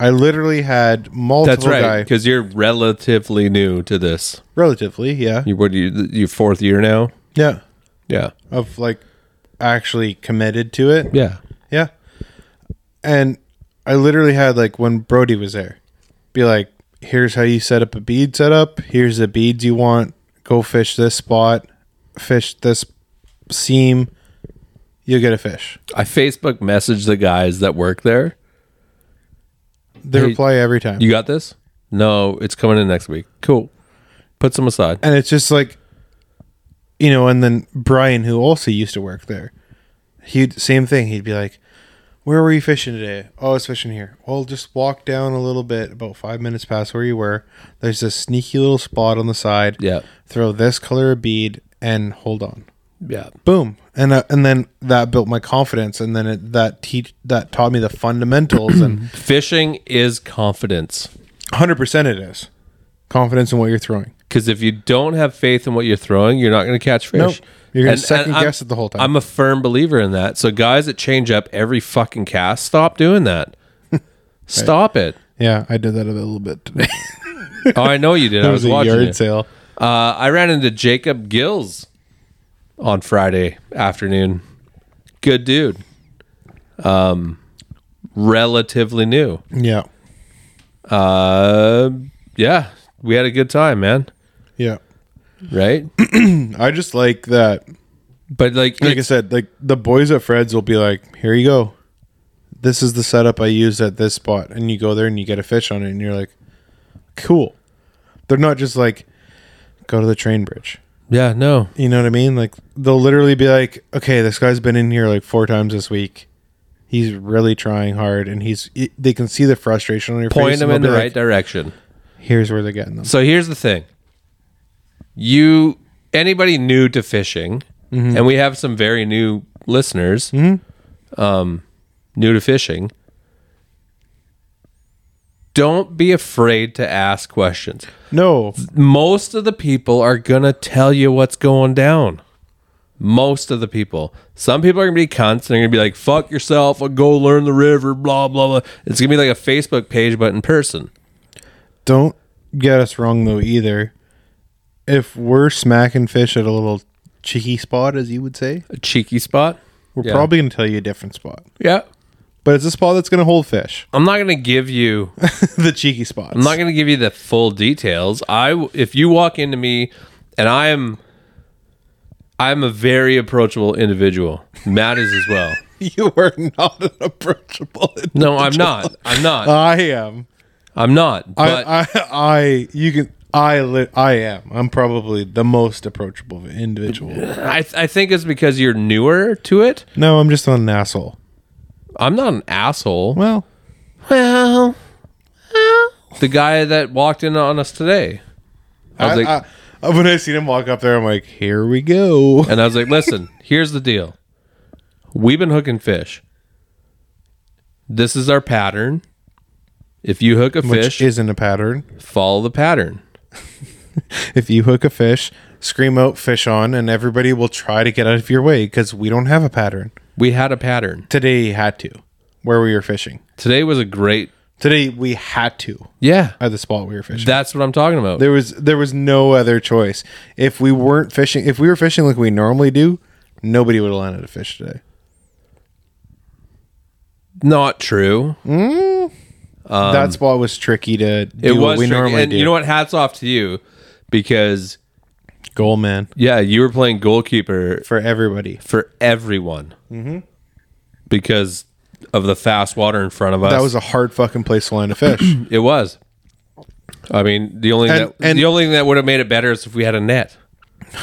I literally had multiple
That's right,
guy-
because you're relatively new to this.
Relatively, yeah.
You what? do You your fourth year now?
Yeah.
Yeah,
Of like actually committed to it.
yeah.
Yeah. And I literally had like when Brody was there, be like, here's how you set up a bead setup. Here's the beads you want. Go fish this spot, fish this seam. You'll get a fish.
I Facebook messaged the guys that work there.
They
Hey,
reply every time.
You got this? No, it's coming in next week. Cool. Put some aside.
and it's just like you know and then brian who also used to work there he'd same thing he'd be like where were you fishing today oh i was fishing here well just walk down a little bit about five minutes past where you were there's this sneaky little spot on the side
Yeah.
throw this color of bead and hold on
Yeah.
boom and uh, and then that built my confidence and then it, that teach that taught me the fundamentals and
Fishing is confidence.
100% it is confidence in what you're throwing
Because if you don't have faith in what you're throwing, you're not going to catch fish.
Nope. You're gonna
And- and
second
I'm-
guess it the whole time.
I'm a firm believer in that. So guys that change up every fucking cast, stop doing that. Stop it.
yeah i did that a little bit today
Oh, I know you did.
it
I
was
was
a
watching.
yard
you.
sale
Uh, I ran into Jacob Gills on Friday afternoon. Good dude. Um, relatively new.
yeah
Uh, yeah, we had a good time, man.
Yeah.
Right?
I just like that.
But like,
Like I
it's-
said, like the boys at Fred's will be like, here you go. This is the setup I used at this spot. And you go there and you get a fish on it and you're like, cool. They're not just like, go to the train bridge.
yeah, no,
You know what I mean? Like they'll literally be like, okay, this guy's been in here like four times this week. He's really trying hard and he's, it- they can see the frustration on your
point
face.
them
and
in
they'll
the
be
right
like,
direction.
Here's where they're getting them.
So here's the thing. You anybody new to fishing, and we have some very new listeners, um, new to fishing. Don't be afraid to ask questions.
No.
Most of the people are gonna tell you what's going down. Most of the people. Some people are gonna be cunts and they're gonna be like, "Fuck yourself, go learn the river." Blah blah blah. It's gonna be like a Facebook page, but in person.
don't get us wrong though either. If we're smacking fish at a little cheeky spot, as you would say,
A cheeky spot.
we're
Yeah.
probably going to tell you a different spot.
Yeah.
But it's a spot that's going to hold fish.
I'm not gonna give you.
the cheeky spots.
I'm not gonna give you the full details. I w- if you walk into me, and I am, I'm a very approachable individual. Matt is as well.
you are not an approachable.
No, I'm not. I'm not.
I am.
I'm not. But
I, I, I, you can, I, li- I am. I'm probably the most approachable individual.
I, th- I think it's because you're newer to it.
No, I'm just an asshole.
I'm not an asshole.
Well,
Well, the guy that walked in on us today. I was
I,
like,
I- when I seen him walk up there, I'm like, here we go.
and I was like, listen, here's the deal. We've been hooking fish. This is our pattern. If you hook a
Which
fish,
isn't a pattern.
follow the pattern.
If you hook a fish, scream out fish on, and everybody will try to get out of your way because we don't have a pattern.
We had a pattern.
Today you had to, where we were fishing.
Today was a great.
Today we had to
Yeah.
at the spot we were fishing.
That's what I'm talking about.
There was there was no other choice. If we weren't fishing, if we were fishing like we normally do, nobody would have landed a fish today.
Not true.
that spot was tricky to do
Um, It
what
was
we
tricky.
normally
and
do.
you know what? Hats off to you because
Goal man
yeah, you were playing goalkeeper
for everybody.
for everyone
Mm-hmm.
because of the fast water in front of us.
That was a hard fucking place to land a fish.
it was. I mean, the only thing
And-
that,
and-
the only thing that would have made it better is if we had a net.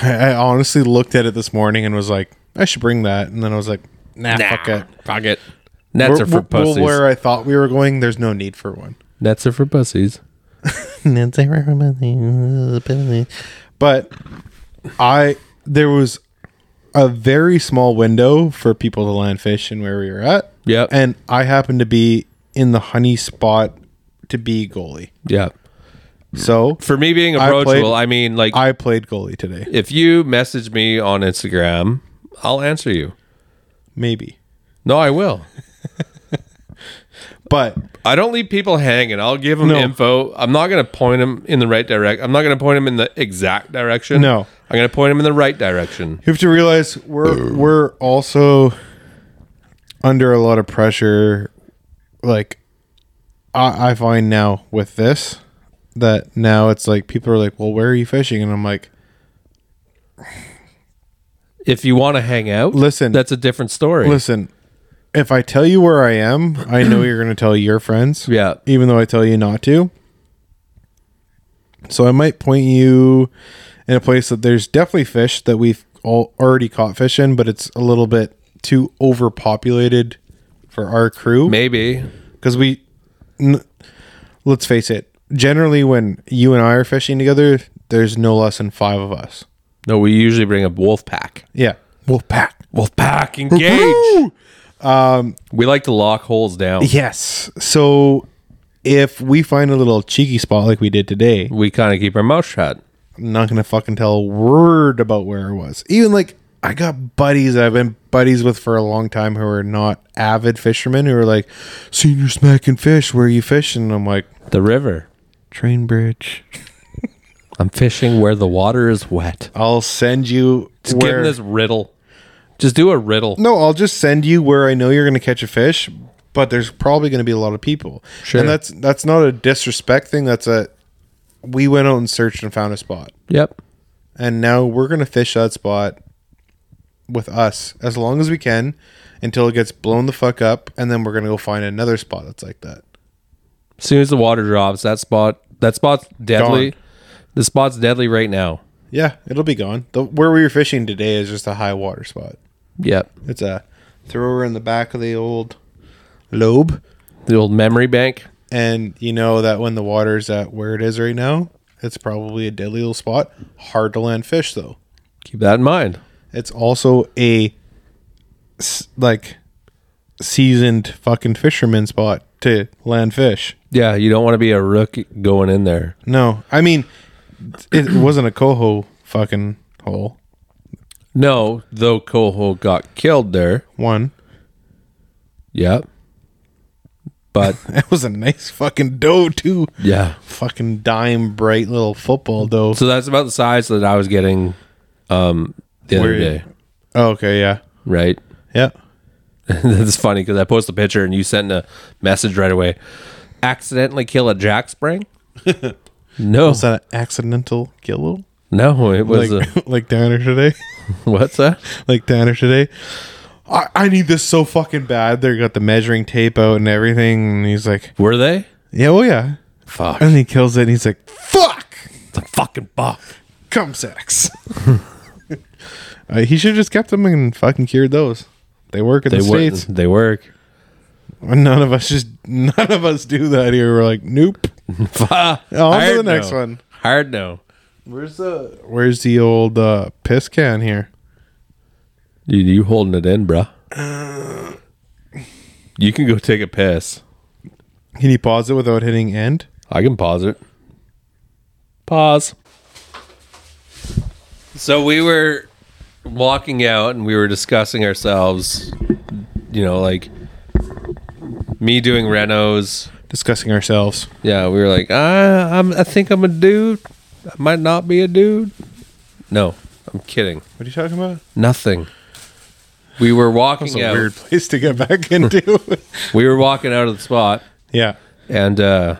I, I honestly looked at it this morning and was like, I should bring that, and then I was like, Nah, fuck it.
Fuck it. Nets
We're-
are for
we're- we're
pussies.
where I thought we were going, there's no need for one.
Nets are for pussies.
But I there was a very small window for people to land fish and where we were at.
Yep.
And I happened to be in the honey spot to be goalie.
Yeah.
So
For me being
I played-
approachable, I, mean, like
I played goalie today.
if you message me on Instagram, I'll answer you.
Maybe.
No, I will.
But
I don't leave people hanging. I'll give them
No.
info. I'm not going to point them in the right direction. I'm not going to point them in the exact direction.
No.
I'm going to point them in the right direction.
you have to realize we're we're also under a lot of pressure like I, I find now with this that now it's like people are like well where are you fishing and i'm like
If you want to hang out,
Listen.
that's a different story.
listen if i tell you where i am i know you're going to tell your friends
Yeah.
even though i tell you not to so i might point you in a place that there's definitely fish that we've all already caught fish in but it's a little bit too overpopulated for our crew
Maybe.
because we n- let's face it generally when you and i are fishing together there's no less than five of us
No, we usually bring a wolf pack.
yeah well pack
Wolf pack, engage. um, we like to lock holes down.
yes so if we find a little cheeky spot like we did today
We kind of keep our mouth shut.
i'm not gonna fucking tell a word about where i was even like i got buddies that i've been buddies with for a long time who are not avid fishermen who are like senior smacking fish where are you fishing and i'm like
The river.
train bridge
I'm fishing where the water is wet.
i'll send you
Just give him this riddle. Just do a riddle.
No, I'll just send you where I know you're going to catch a fish, but there's probably going to be a lot of people.
Sure.
And that's that's not a disrespect thing. That's a we went out and searched and found a spot,
Yep.
and now we're going to fish that spot with us as long as we can until it gets blown the fuck up, and then we're going to go find another spot that's like that.
As soon as the water drops, that spot that spot's deadly.
Gone.
The spot's deadly right now.
Yeah, it'll be gone. The, where we were fishing today is just a high water spot.
Yep.
It's a thrower in the back of the old lobe.
The old memory bank.
and you know that when the water's at where it is right now, it's probably a deadly little spot. Hard to land fish though.
Keep that in mind.
It's also a s- like seasoned fucking fisherman spot to land fish.
Yeah, you don't want to be a rook going in there.
No, I mean it wasn't a coho fucking hole.
No, though Coho got killed there.
One,
Yep. But
that was a nice fucking doe too.
yeah.
Fucking dime bright little football doe.
So that's about the size that I was getting um the other
Where-
day.
Oh, okay, yeah,
Right.
yeah.
That's funny because I posted a picture and you sent a message right away. Accidentally kill a jack spring? no,
Was that an accidental kill?
no, it was
Like
a,
like Downer today.
what's that?
like Tanner today. I, I need this so fucking bad. They got the measuring tape out and everything, and he's like,
Were they?
"Yeah, oh yeah."
Fuck.
And he kills it and he's like, fuck!
It's a fucking buck.
Cum sacks. Uh, he should have just kept them and fucking cured those. They work in
They
the
work.
States.
They work.
None of us just, none of us do that here. We're like, nope.
on
On to Oh, the next one.
Hard no.
Where's the, where's the old uh, piss can here?
You, you holding it in, bruh.
Uh.
You can go take a piss.
Can you pause it without hitting end?
I can pause it. Pause. So we were walking out and we were discussing ourselves, you know, like me doing renos.
Discussing ourselves.
Yeah, we were like, I, I'm, I think I'm a dude. I might not be a dude. No, I'm kidding.
What are you talking about?
Nothing. We were
That's
walking
a
out.
weird place to get back into.
We were walking out of the spot.
yeah.
and uh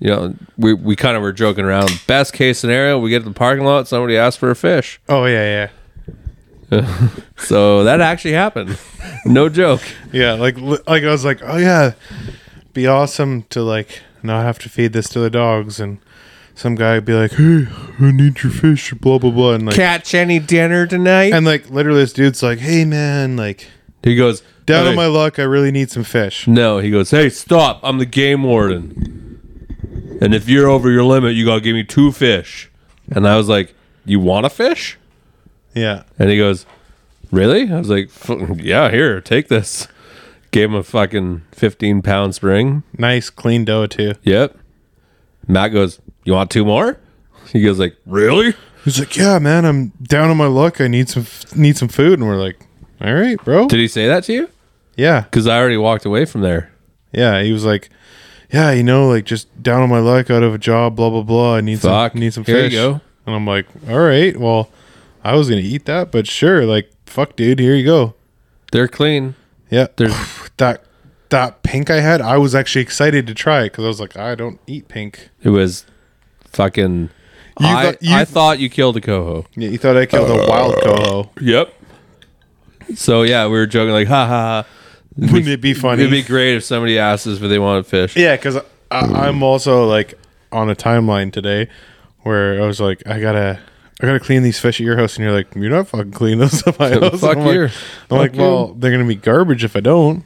you know we we kind of were joking around best case scenario we get to the parking lot somebody asks for a fish
Oh, yeah,
so that actually happened no joke
yeah. Yeah, like, li- like I was like, oh, yeah, be awesome to, like, not have to feed this to the dogs. And some guy would be like, hey, I need your fish, blah, blah, blah. And, like,
Catch any dinner tonight?
and like literally this dude's like, hey, man, like,
he goes
down
"Hey."
on my luck, I really need some fish.
no he goes hey stop i'm the game warden and if you're over your limit you gotta give me two fish and i was like you want a fish
Yeah.
and he goes really i was like "F- yeah here take this gave him a fucking 15 pound spring
Nice, clean dough, too.
Yep. Matt goes, You want two more? He goes like, Really?
He's like, yeah, man, I'm down on my luck. I need some, f- need some food. And we're like, all right, bro.
Did he say that to you?
Yeah.
Because I already walked away from there.
Yeah, he was like, "Yeah, you know, like just down on my luck, out of a job, blah blah blah. I need
Fuck.
some, need some
Here you
fish."
go.
And I'm like, "All right, well, I was gonna eat that, but sure, like, fuck, dude, here you go."
They're clean.
Yeah,
There's-
that that pink I had. I was actually excited to try it because I was like, "I don't eat pink."
It was fucking
You
I,
thought- you-
I thought you killed a coho.
Yeah, you thought I killed a wild
Uh,
coho?
Yep. So yeah, we were joking like, ha ha. ha.
Wouldn't it be funny?
It'd be great if somebody asked us if they wanted fish.
Yeah, because I'm also like on a timeline today where I was like, I gotta, I gotta clean these fish at your house, and you're like, you're not fucking cleaning those at my house.
Fuck
I'm like,
you.
I'm like,
you.
well, they're gonna be garbage if I don't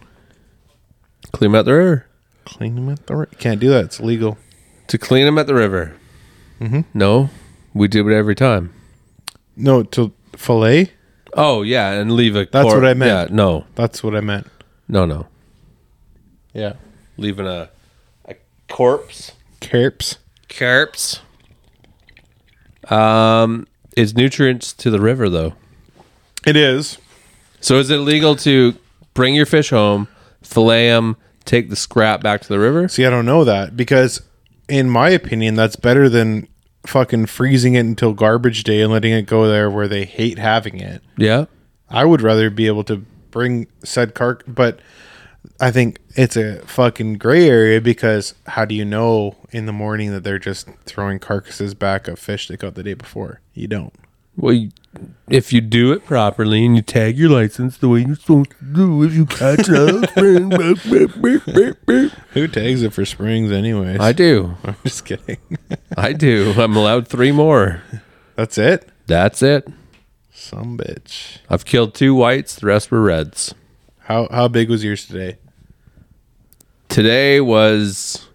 Clean them at the river.
clean them at the. ri- Can't do that. It's illegal.
To clean them at the river. Mm-hmm. No, we do it every time.
No, to fillet.
Oh yeah, and leave a.
That's what I meant.
Yeah, no,
That's what I meant.
no, no.
Yeah,
Leaving a a corpse.
carps.
Carps.
Um, it's nutrients to the river though.
It is.
So is it illegal to bring your fish home, fillet them, take the scrap back to the river?
See, I don't know that because, in my opinion, that's better than fucking freezing it until garbage day and letting it go there where they hate having it.
Yeah.
I would rather be able to bring said carc, but I think it's a fucking gray area because how do you know in the morning that they're just throwing carcasses back of fish they caught the day before? You don't.
Well, you- if you do it properly and you tag your license the way you're supposed to do, if you catch it,
Who tags it for springs, anyways?
I do.
am just kidding.
I do. I'm allowed three more.
That's it.
That's it.
Some bitch.
I've killed two whites. The rest were reds.
How how big was yours today?
Today was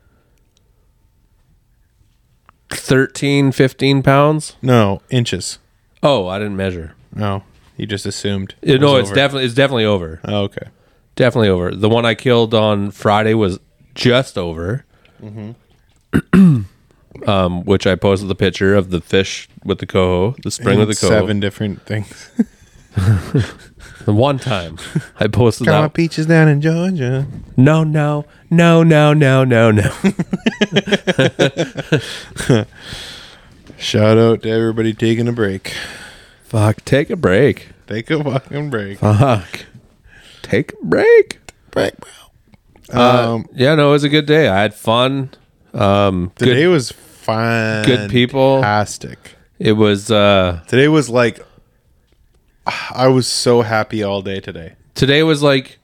13, 15 pounds.
No inches.
Oh, I didn't measure.
No, you just assumed.
It, no,
was
it's
over.
definitely it's definitely over.
Oh, okay.
Definitely over. The one I killed on Friday was just over. Mm-hmm. um, which I posted the picture of the fish with the coho, the spring with the coho.
seven different things.
The one time I posted
Got my
that.
peaches down in Georgia.
No, no, no, no, no, no, no.
Shout out to everybody taking a break.
Fuck, take a break.
Take a fucking break.
Fuck, take a break.
Break, bro. Um,
Yeah, no, it was a good day. I had fun. Um,
the
good-
day was fine.
good people.
Fantastic.
It was uh,
Today was like, ah, I was so happy all day today.
today was like,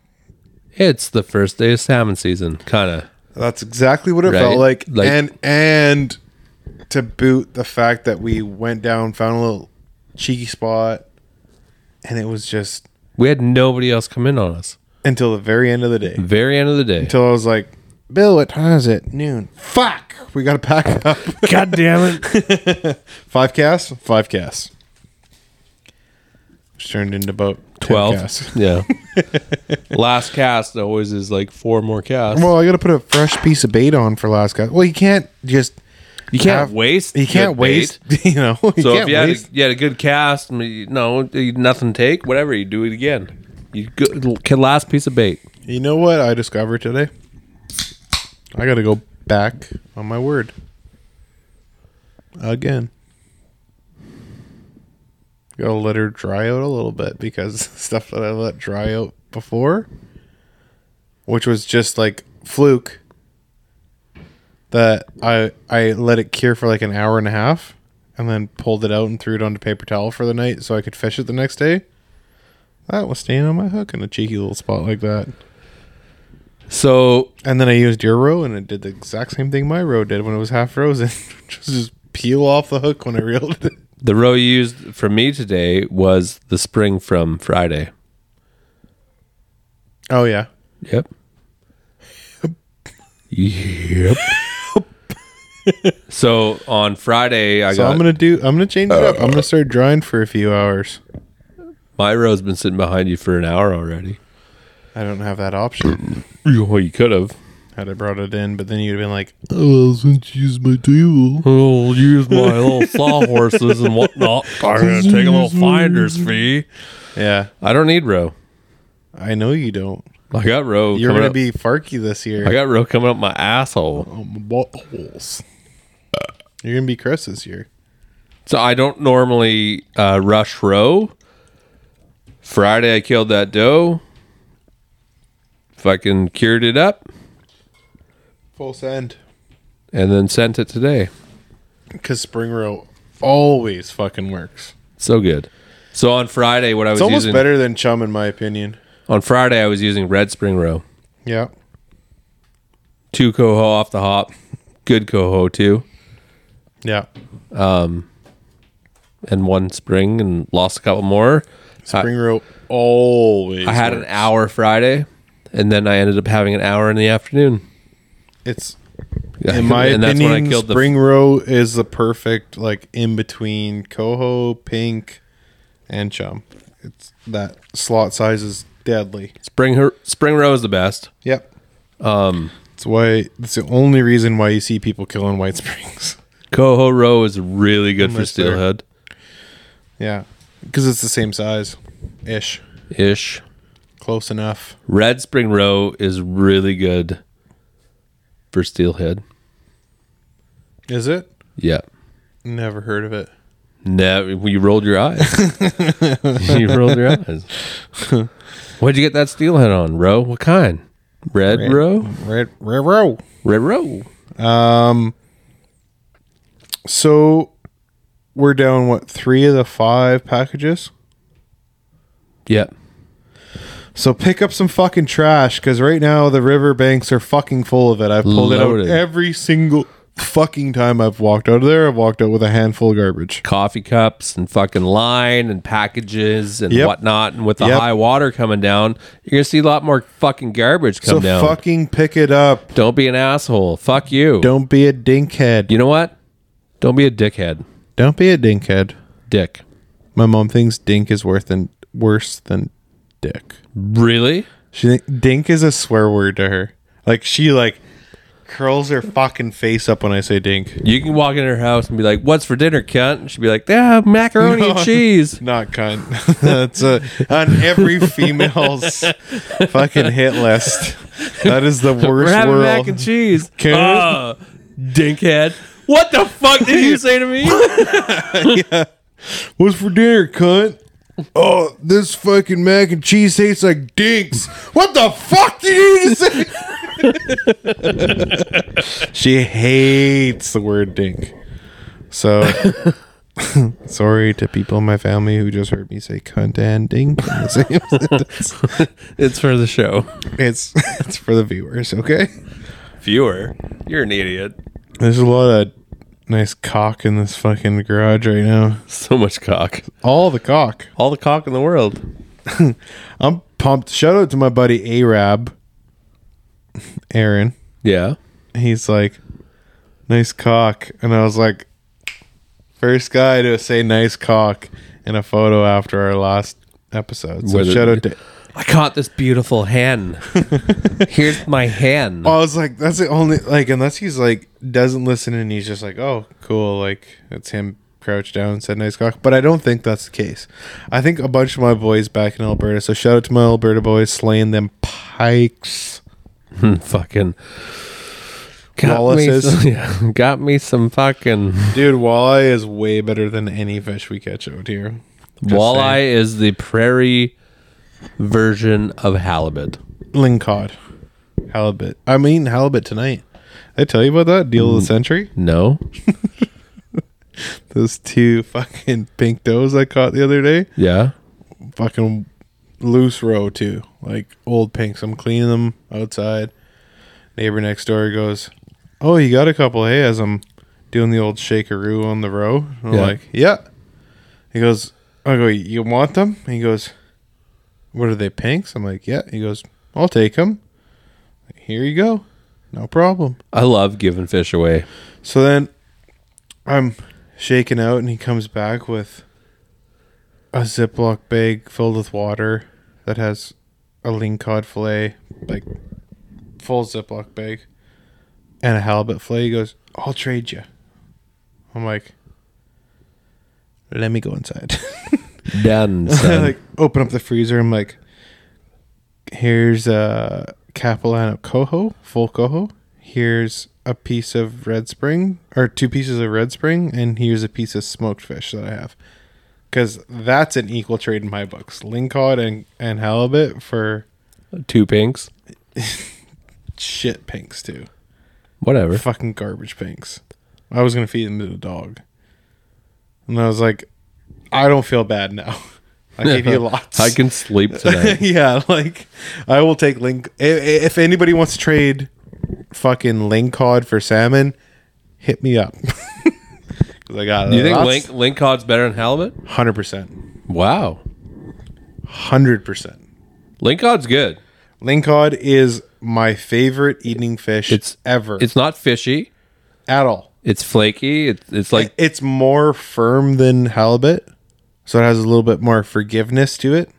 it's the first day of salmon season, kind of.
That's exactly what it
Right?
felt like.
Like-
and and to boot the fact that we went down, found a little cheeky spot, and it was just
We had nobody else come in on us.
until the very end of the day.
Very end of the day.
Until I was like, Bill, what time is it? Noon. Fuck. We gotta pack up.
God damn it.
Five casts? Five casts. Which turned into about 10
Twelve.
casts.
Yeah. Last cast always is like four more casts.
Well, I gotta put a fresh piece of bait on for last cast. Well, you can't just
you can't
have-
waste.
you can't
good
waste
bait.
you know you
So
can't
if you had, a,
waste.
you had a good cast, I mean, you know, you- nothing take, whatever, you do it again. You go, can last piece of bait.
You know what I discovered today? I got to go back on my word. Again. Got to let her dry out a little bit because stuff that I let dry out before, which was just like fluke that I I let it cure for like an hour and a half and then pulled it out and threw it onto paper towel for the night so I could fish it the next day. That was staying on my hook in a cheeky little spot like that.
So
And then I used your row, and it did the exact same thing my row did when it was half frozen. just, just peel off the hook when I reeled it.
the row you used for me today was the spring from Friday.
Oh yeah,
Yep. Yep. so on Friday, I
so
got
I'm gonna do. I'm gonna change it up. I'm gonna start drying for a few hours.
my row's been sitting behind you for an hour already.
I don't have that option.
Well, you could have.
Had I brought it in, but then you'd have been like, "Oh, well, since you used my table."
I'll use my little sawhorses and whatnot. I'm gonna take a little finder's fee.
Yeah,
I don't need row.
I know you don't.
I got row.
You're
coming
gonna
up-
be farky this year.
I got row coming up my asshole.
Oh, my buttholes. You're gonna be Chris this year.
So I don't normally uh, rush row. Friday I killed that doe. Fucking cured it up
Full send.
and then sent it today.
Because spring row always fucking works.
So good. So on Friday, what I was
It's almost
using
better than chum, in my opinion.
on Friday, I was using red spring row.
Yeah.
Two coho off the hop, good coho too,
Yeah.
and one spring and lost a couple more.
Spring rope always.
I had an hour Friday, and then I ended up having an hour in the afternoon.
It's in my
and that's
opinion.
when I killed the
spring row is the perfect like in between coho, pink, and chum. It's that slot size is deadly.
spring. Her, spring row is the best.
Yep. Um, it's why it's the only reason why you see people killing white springs.
Coho row is really good for
Unless they're-
steelhead
yeah, because it's the same size, ish,
ish.
close enough.
Red spring row is really good for steelhead.
Is it?
Yeah.
Never heard of it.
No, you rolled your eyes. you rolled your eyes. What'd you get that steelhead on, row? What kind? Red, row?
Red red row.
Red row.
So we're down what three of the five packages.
Yeah.
So pick up some fucking trash because right now the river banks are fucking full of it. I've pulled
Loaded.
it out every single fucking time I've walked out of there. I've walked out with a handful of garbage.
Coffee cups and fucking line and packages and
Yep.
whatnot. And with the
Yep.
high water coming down, you're going to see a lot more fucking garbage come
so
down.
fucking pick it up.
Don't be an asshole. Fuck you.
Don't be a dinkhead.
You know what? Don't be a dickhead.
Don't be a dinkhead.
Dick.
My mom thinks dink is worth than worse than dick.
Really?
She think dink is a swear word to her. Like she like curls her fucking face up when I say dink.
You can walk in her house and be like, "What's for dinner, cunt?" And she'd be like, "Ah, macaroni and cheese."
Not cunt. That's a, on every female's fucking hit list. That is the
We're
worst
having
world.
mac and cheese.
Can-
Ah, dinkhead. What the fuck did you say to me?
What's for dinner, cunt? Oh, this fucking mac and cheese tastes like dinks. What the fuck did you just say? she hates the word dink. So, sorry to people in my family who just heard me say cunt and dink in the same sentence.
it's for the show.
It's it's for the viewers, okay?
Fewer. You're an idiot.
There's a lot of nice cock in this fucking garage right now.
So much cock.
All the cock.
All the cock in the world.
I'm pumped. Shout out to my buddy Arab, Aaron.
Yeah.
He's like, nice cock. And I was like, first guy to say nice cock in a photo after our last episode. So
Whether-
shout out to.
I caught this beautiful hen.
Here's my hand.
Oh,
I was like, that's the only like, unless he's like doesn't listen and he's just like, oh, cool, like that's him crouched down and said nice cock. But I don't think that's the case. I think a bunch of my boys back in Alberta. So shout out to my Alberta boys slaying them pikes.
fucking
Wallaces.
Me some, yeah, got me some fucking
Dude, walleye is way better than any fish we catch out here. Just
walleye
saying.
is the prairie version of halibut.
Lingcod. Halibut. I mean halibut tonight. Did I tell you about that deal of the century.
No.
Those two fucking pink does I caught the other day.
Yeah.
fucking loose row too, like old pinks. I'm cleaning them outside. Neighbor next door goes, "Oh, you got a couple hay?" As I'm doing the old shakeroo on the row, I'm
Yeah.
like, "Yeah." He goes, "I go, you want them?" He goes, "What are they pinks?" I'm like, "Yeah." He goes, "I'll take them." Here you go, no problem.
I love giving fish away.
So then I'm shaking out, and he comes back with a Ziploc bag filled with water that has a lean cod fillet, like full Ziploc bag, and a halibut fillet. He goes, I'll trade you. I'm like, let me go inside.
Done.
I
son.
like open up the freezer. I'm like, here's a Capilano coho, full coho. Here's a piece of red spring, or two pieces of red spring, and here's a piece of smoked fish that I have. Because that's an equal trade in my books. Lingcod and, and halibut for
Two pinks.
shit pinks, too.
Whatever.
Fucking garbage pinks. I was going to feed them to the dog. And I was like, I don't feel bad now. I gave you lots.
I can sleep tonight.
yeah, like I will take link. i- i- If anybody wants to trade fucking link cod for salmon, hit me up. 'Cause I got
Do you think link link cod's better than halibut?
Hundred percent,
Wow.
hundred percent.
Link cod's good.
Link cod is my favorite eating fish.
It's-
ever.
It's not fishy.
at all.
It's flaky. It's it's like
It's more firm than halibut, so it has a little bit more forgiveness to it.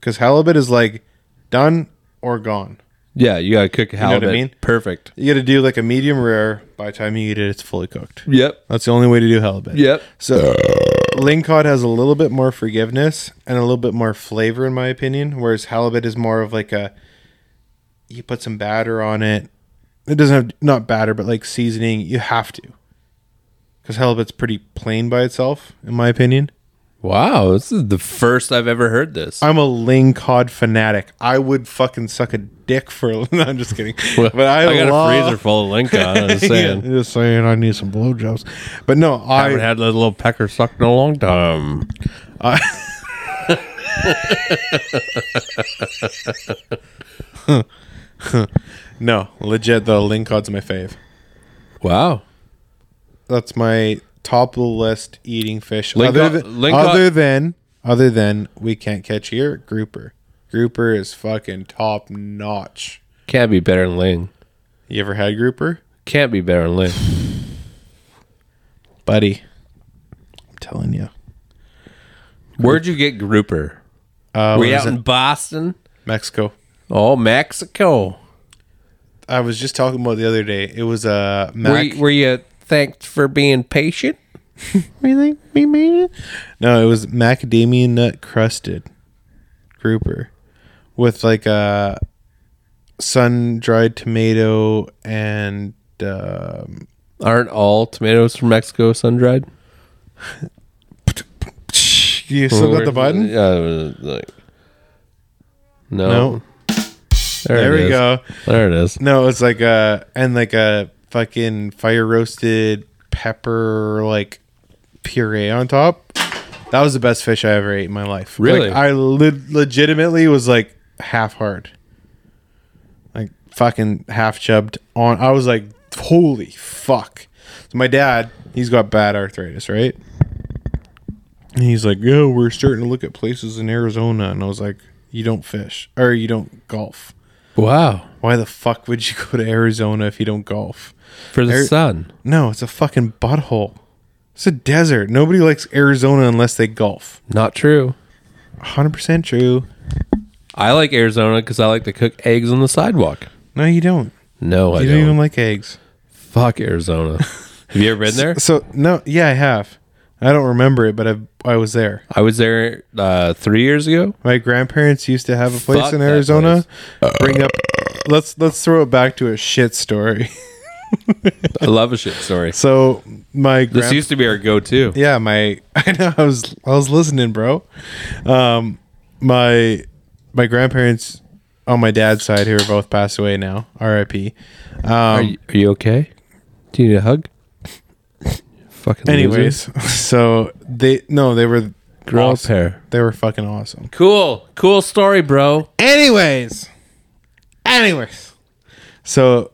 Because halibut is like done or gone.
yeah, you gotta cook
what I
halibut.
mean?
Perfect.
You got to do like a medium rare. By the time you eat it, it's fully cooked.
Yep.
That's the only way to do halibut.
Yep.
So lingcod has a little bit more forgiveness and a little bit more flavor, in my opinion. Whereas halibut is more of like a you put some batter on it. It doesn't have not batter, but like seasoning. You have to because halibut's pretty plain by itself, in my opinion.
Wow, this is the first I've ever heard this.
I'm a lingcod fanatic. I would fucking suck a dick for. No, I'm just kidding. but I,
got
love,
a freezer full of link on. I'm
Yeah,
saying.
just saying, I need some blowjobs. But no, I
haven't had a little pecker suck in a long time.
No, legit though. Lingcod's my fave.
Wow.
That's my top of the list eating fish.
Lingcod-
other, than,
lingcod-
other than other than we can't catch here. Grouper. Grouper is fucking top notch.
Can't be better than Ling.
You ever had grouper,
Can't be better than Ling.
buddy? I'm telling you.
Where'd you get grouper?
Uh,
Were
when
you
I was
out in
in
Boston?
Mexico.
Oh, Mexico.
I was just talking about it the other day. It was a uh,
Were
Mac.
you, were you thanked for being patient?
Really? We made it? No, it was macadamia nut crusted grouper with like a sun dried tomato and um,
Aren't all tomatoes from Mexico sun dried?
you still got the button?
Uh, like, no.
No,
There, it
there we
is.
go.
There it is.
No, it's like a and like a fucking fire roasted pepper like puree on top. That was the best fish I ever ate in my life.
Really?
Like, I le- legitimately was like half hard. Like fucking half chubbed on. I was like, holy fuck. So my dad, he's got bad arthritis, right? And he's like, yeah, we're starting to look at places in Arizona. And I was like, you don't fish or you don't golf.
Wow.
Why the fuck would you go to Arizona if you don't golf?
For the
There-
sun.
No, it's a fucking butthole. It's a desert. Nobody likes Arizona unless they golf.
Not true.
100% true.
I like Arizona because I like to cook eggs on the sidewalk.
No, you don't.
No, I
You
don't.
don't even like eggs.
Fuck Arizona. Have you ever been there?
So no, yeah, I have. I don't remember it, but I I was there.
I was there uh, three years ago.
My grandparents used to have a place
Fuck
in
that
Arizona. Bring up. Let's let's throw it back to a shit story.
I love a shit story.
So my
This
grand-
used to be our go-to.
yeah my I know I was I was listening, bro. Um, my my grandparents on my dad's side who are both passed away now, R.I.P.
Are, you, are you okay? Do you need a hug? Fucking loser.
Anyways, so they no they were
Girl
awesome.
pair.
They were fucking awesome.
Cool, cool story, bro.
Anyways, anyways. So,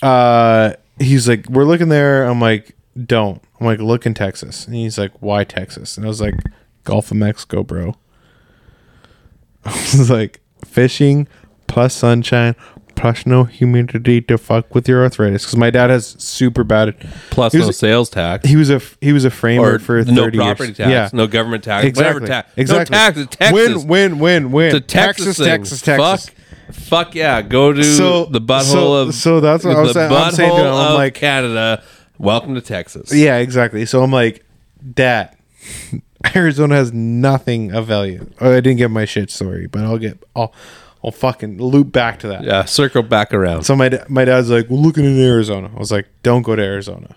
uh, he's like, we're looking there. I'm like, don't. I'm like, look in Texas. And he's like, why Texas? And I was like, Gulf of Mexico, bro. I was like, fishing plus sunshine plus no humidity to fuck with your arthritis. Because my dad has super bad.
Plus
Here's-
no sales tax
He was a he was a framer
or
for
no
thirty
property
years.
tax,
yeah,
no government tax,
exactly.
whatever tax,
exactly.
no tax. It's Texas.
Win win win win.
It's a Texas, thing.
Texas, Texas.
Fuck, fuck yeah. Go to
So-
the butthole
so-
of
so that's what I was
the
saying- I'm saying
butthole
to him, I'm
of
like-
Canada. Welcome to Texas.
Yeah, exactly. So I'm like, Dad, Arizona has nothing of value. Oh, I didn't get my shit story, but I'll get, I'll, I'll fucking loop back to that.
Yeah, circle back around.
So my da- my dad's like, we're looking in Arizona. I was like, don't go to Arizona.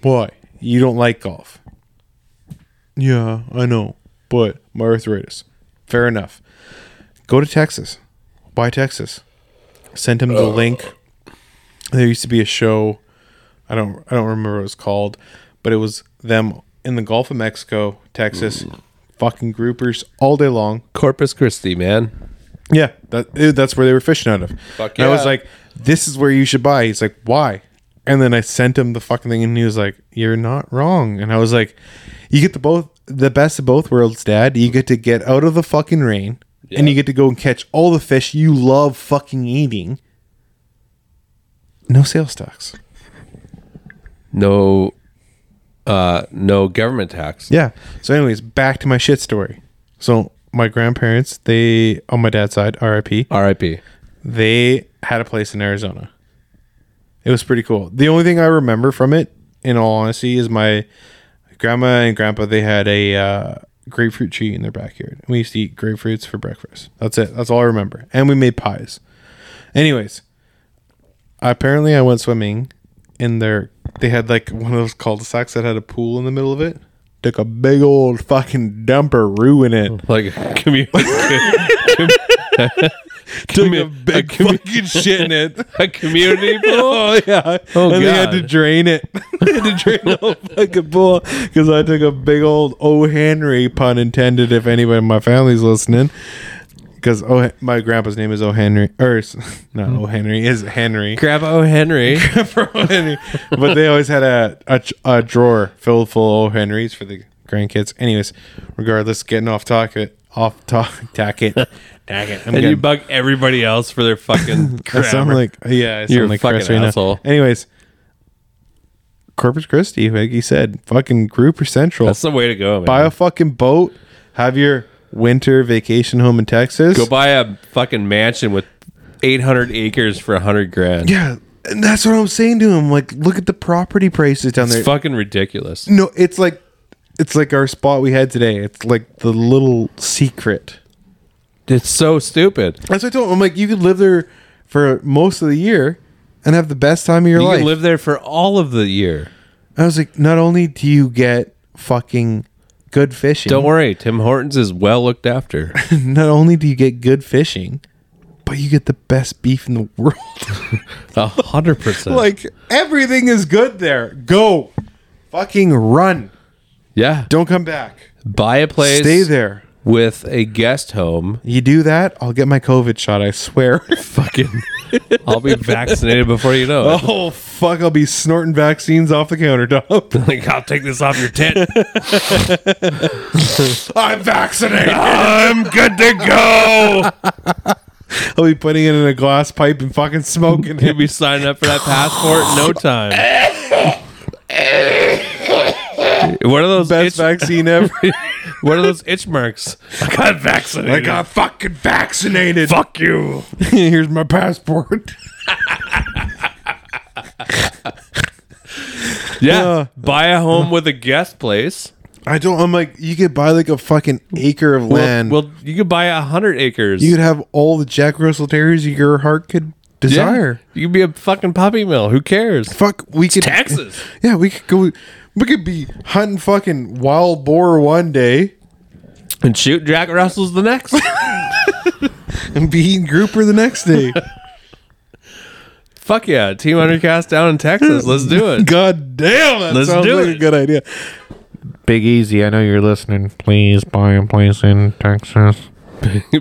Why? You don't like golf. Yeah, I know, but my arthritis. Fair enough. Go to Texas. Why Texas? Sent him the link. There used to be a show. I don't I don't remember what it was called, but it was them in the Gulf of Mexico, Texas, fucking groupers all day long.
Corpus Christi, man.
Yeah, that eh, that's where they were fishing out of.
Fuck
And I was
yeah.
like, "This is where you should buy." He's like, "Why?" And then I sent him the fucking thing, and he was like, "You're not wrong." And I was like, "You get the both the best of both worlds, Dad. You get to get out of the fucking rain, and you get to go and catch all the fish you love fucking eating. No sales tax.
No, uh, no government tax.
Yeah. So, anyways, back to my shit story. So, my grandparents, they on my dad's side, R.I.P.
R.I.P.
they had a place in Arizona. It was pretty cool. The only thing I remember from it, in all honesty, is my grandma and grandpa. They had a uh, grapefruit tree in their backyard. We used to eat grapefruits for breakfast. That's it. That's all I remember. And we made pies. Anyways, apparently I went swimming in their. They had like one of those cul-de-sacs that had a pool in the middle of it. Took a big old fucking dumper, ruin it.
Like community.
Took a big fucking shit in it.
a community pool.
Oh yeah.
Oh,
and they had
God.
to drain it. they had to drain the whole fucking pool because I took a big old O Henry pun intended. If anybody in my family's listening, because oh my grandpa's name is O Henry or s- not O Henry is Henry.
Grandpa O. Henry.
O. Henry. but they always had a, a ch- a drawer filled full of O Henrys for the grandkids. Anyways, regardless, getting off topic, off talk, tack it.
Dang it.
I'm
And you
getting-
bug everybody else for their fucking
I sound
grammar.
like yeah, I sound
You're a
like
fucking
Chris right now.
asshole.
Anyways, Corpus Christi, like you said, fucking group or central.
That's the way to go, man.
buy a fucking boat. Have your winter vacation home in Texas.
go buy a fucking mansion with 800 acres for 100 grand.
yeah, and that's what I'm saying to him. Like, look at the property prices down there.
It's fucking ridiculous.
no, it's like it's like our spot we had today. It's like the little secret.
It's so stupid.
That's what I told him. I'm like, you could live there for most of the year and have the best time of your
You
life.
can live there for all of the year.
I was like, not only do you get fucking good fishing,
Don't worry, Tim Hortons is well looked after.
not only do you get good fishing, but you get the best beef in the world.
A hundred percent.
like everything is good there. Go, fucking run.
yeah,
Don't come back.
buy a place,
Stay there.
with a guest home.
You do that, I'll get my COVID shot. I swear.
Fucking, I'll be vaccinated before you know it.
oh fuck! I'll be snorting vaccines off the countertop.
Like, I'll take this off your tent.
I'm vaccinated.
I'm good to go.
I'll be putting it in a glass pipe and fucking smoking
You'll
it.
be signing up for that passport in no time. What are those
Best
itch,
vaccine ever.
What are those itch marks? uh, I got vaccinated.
I got fucking vaccinated.
fuck you.
Here's my passport.
Yeah,
Uh,
buy a home with a guest place.
I don't. I'm like, you could buy like a fucking acre of land.
Well, you could buy a hundred acres.
you could have all the Jack Russell Terriers your heart could
Yeah.
desire.
You could be a fucking puppy mill. Who cares?
Fuck, we could
Taxes.
Yeah, we could go. We could be hunting fucking wild boar one day
and shoot Jack Russell's the next.
and be eating grouper the next day.
Fuck yeah, Team Undercast down in Texas. Let's do it.
God damn, that
Let's
sounds
do
like
it.
a good idea.
Big Easy, I know you're listening. Please buy a place in Texas.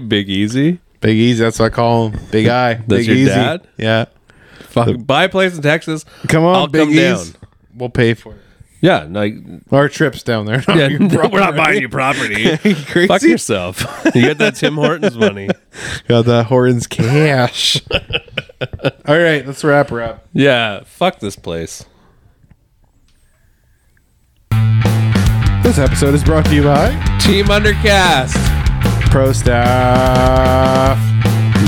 Big Easy.
Big Easy, that's what I call him. Big Eye. Big
your
Easy.
dad?
Yeah.
Fuck, buy a place in Texas.
Come on,
I'll
Big
come
Ease.
down.
We'll pay for it.
Yeah, like
Our trips down there. not
yeah,
your
we're not
property.
buying you property.
You crazy.
Fuck yourself. You get that Tim Hortons money.
Got that Horton's cash. All right, let's wrap her up.
Yeah, fuck this place.
This episode is brought to you by
Team Undercast.
Pro Staff.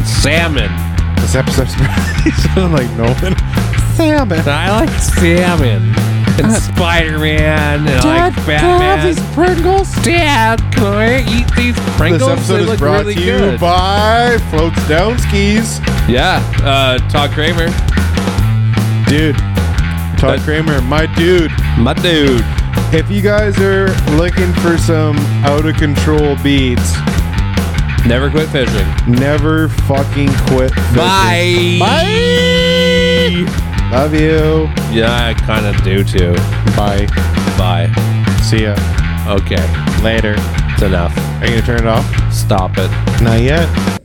Salmon.
This episode's you sound like Nolan. Salmon.
I like salmon. And Spider Man. And Uh, I like Batman.
Pringles?
Dad, can I eat these
This
Pringles?
episode is brought to you by Floats Down Skis.
yeah, uh, Todd Kramer.
Dude, Todd
That-
Kramer, my dude.
My dude.
If you guys are looking for some out of control beats,
Never quit fishing.
never fucking quit. fishing.
Bye. Bye.
Love you.
Yeah, I kind of do too.
Bye.
Bye.
See ya.
Okay,
Later.
it's enough.
Are you gonna turn it off?
Stop it.
Not yet.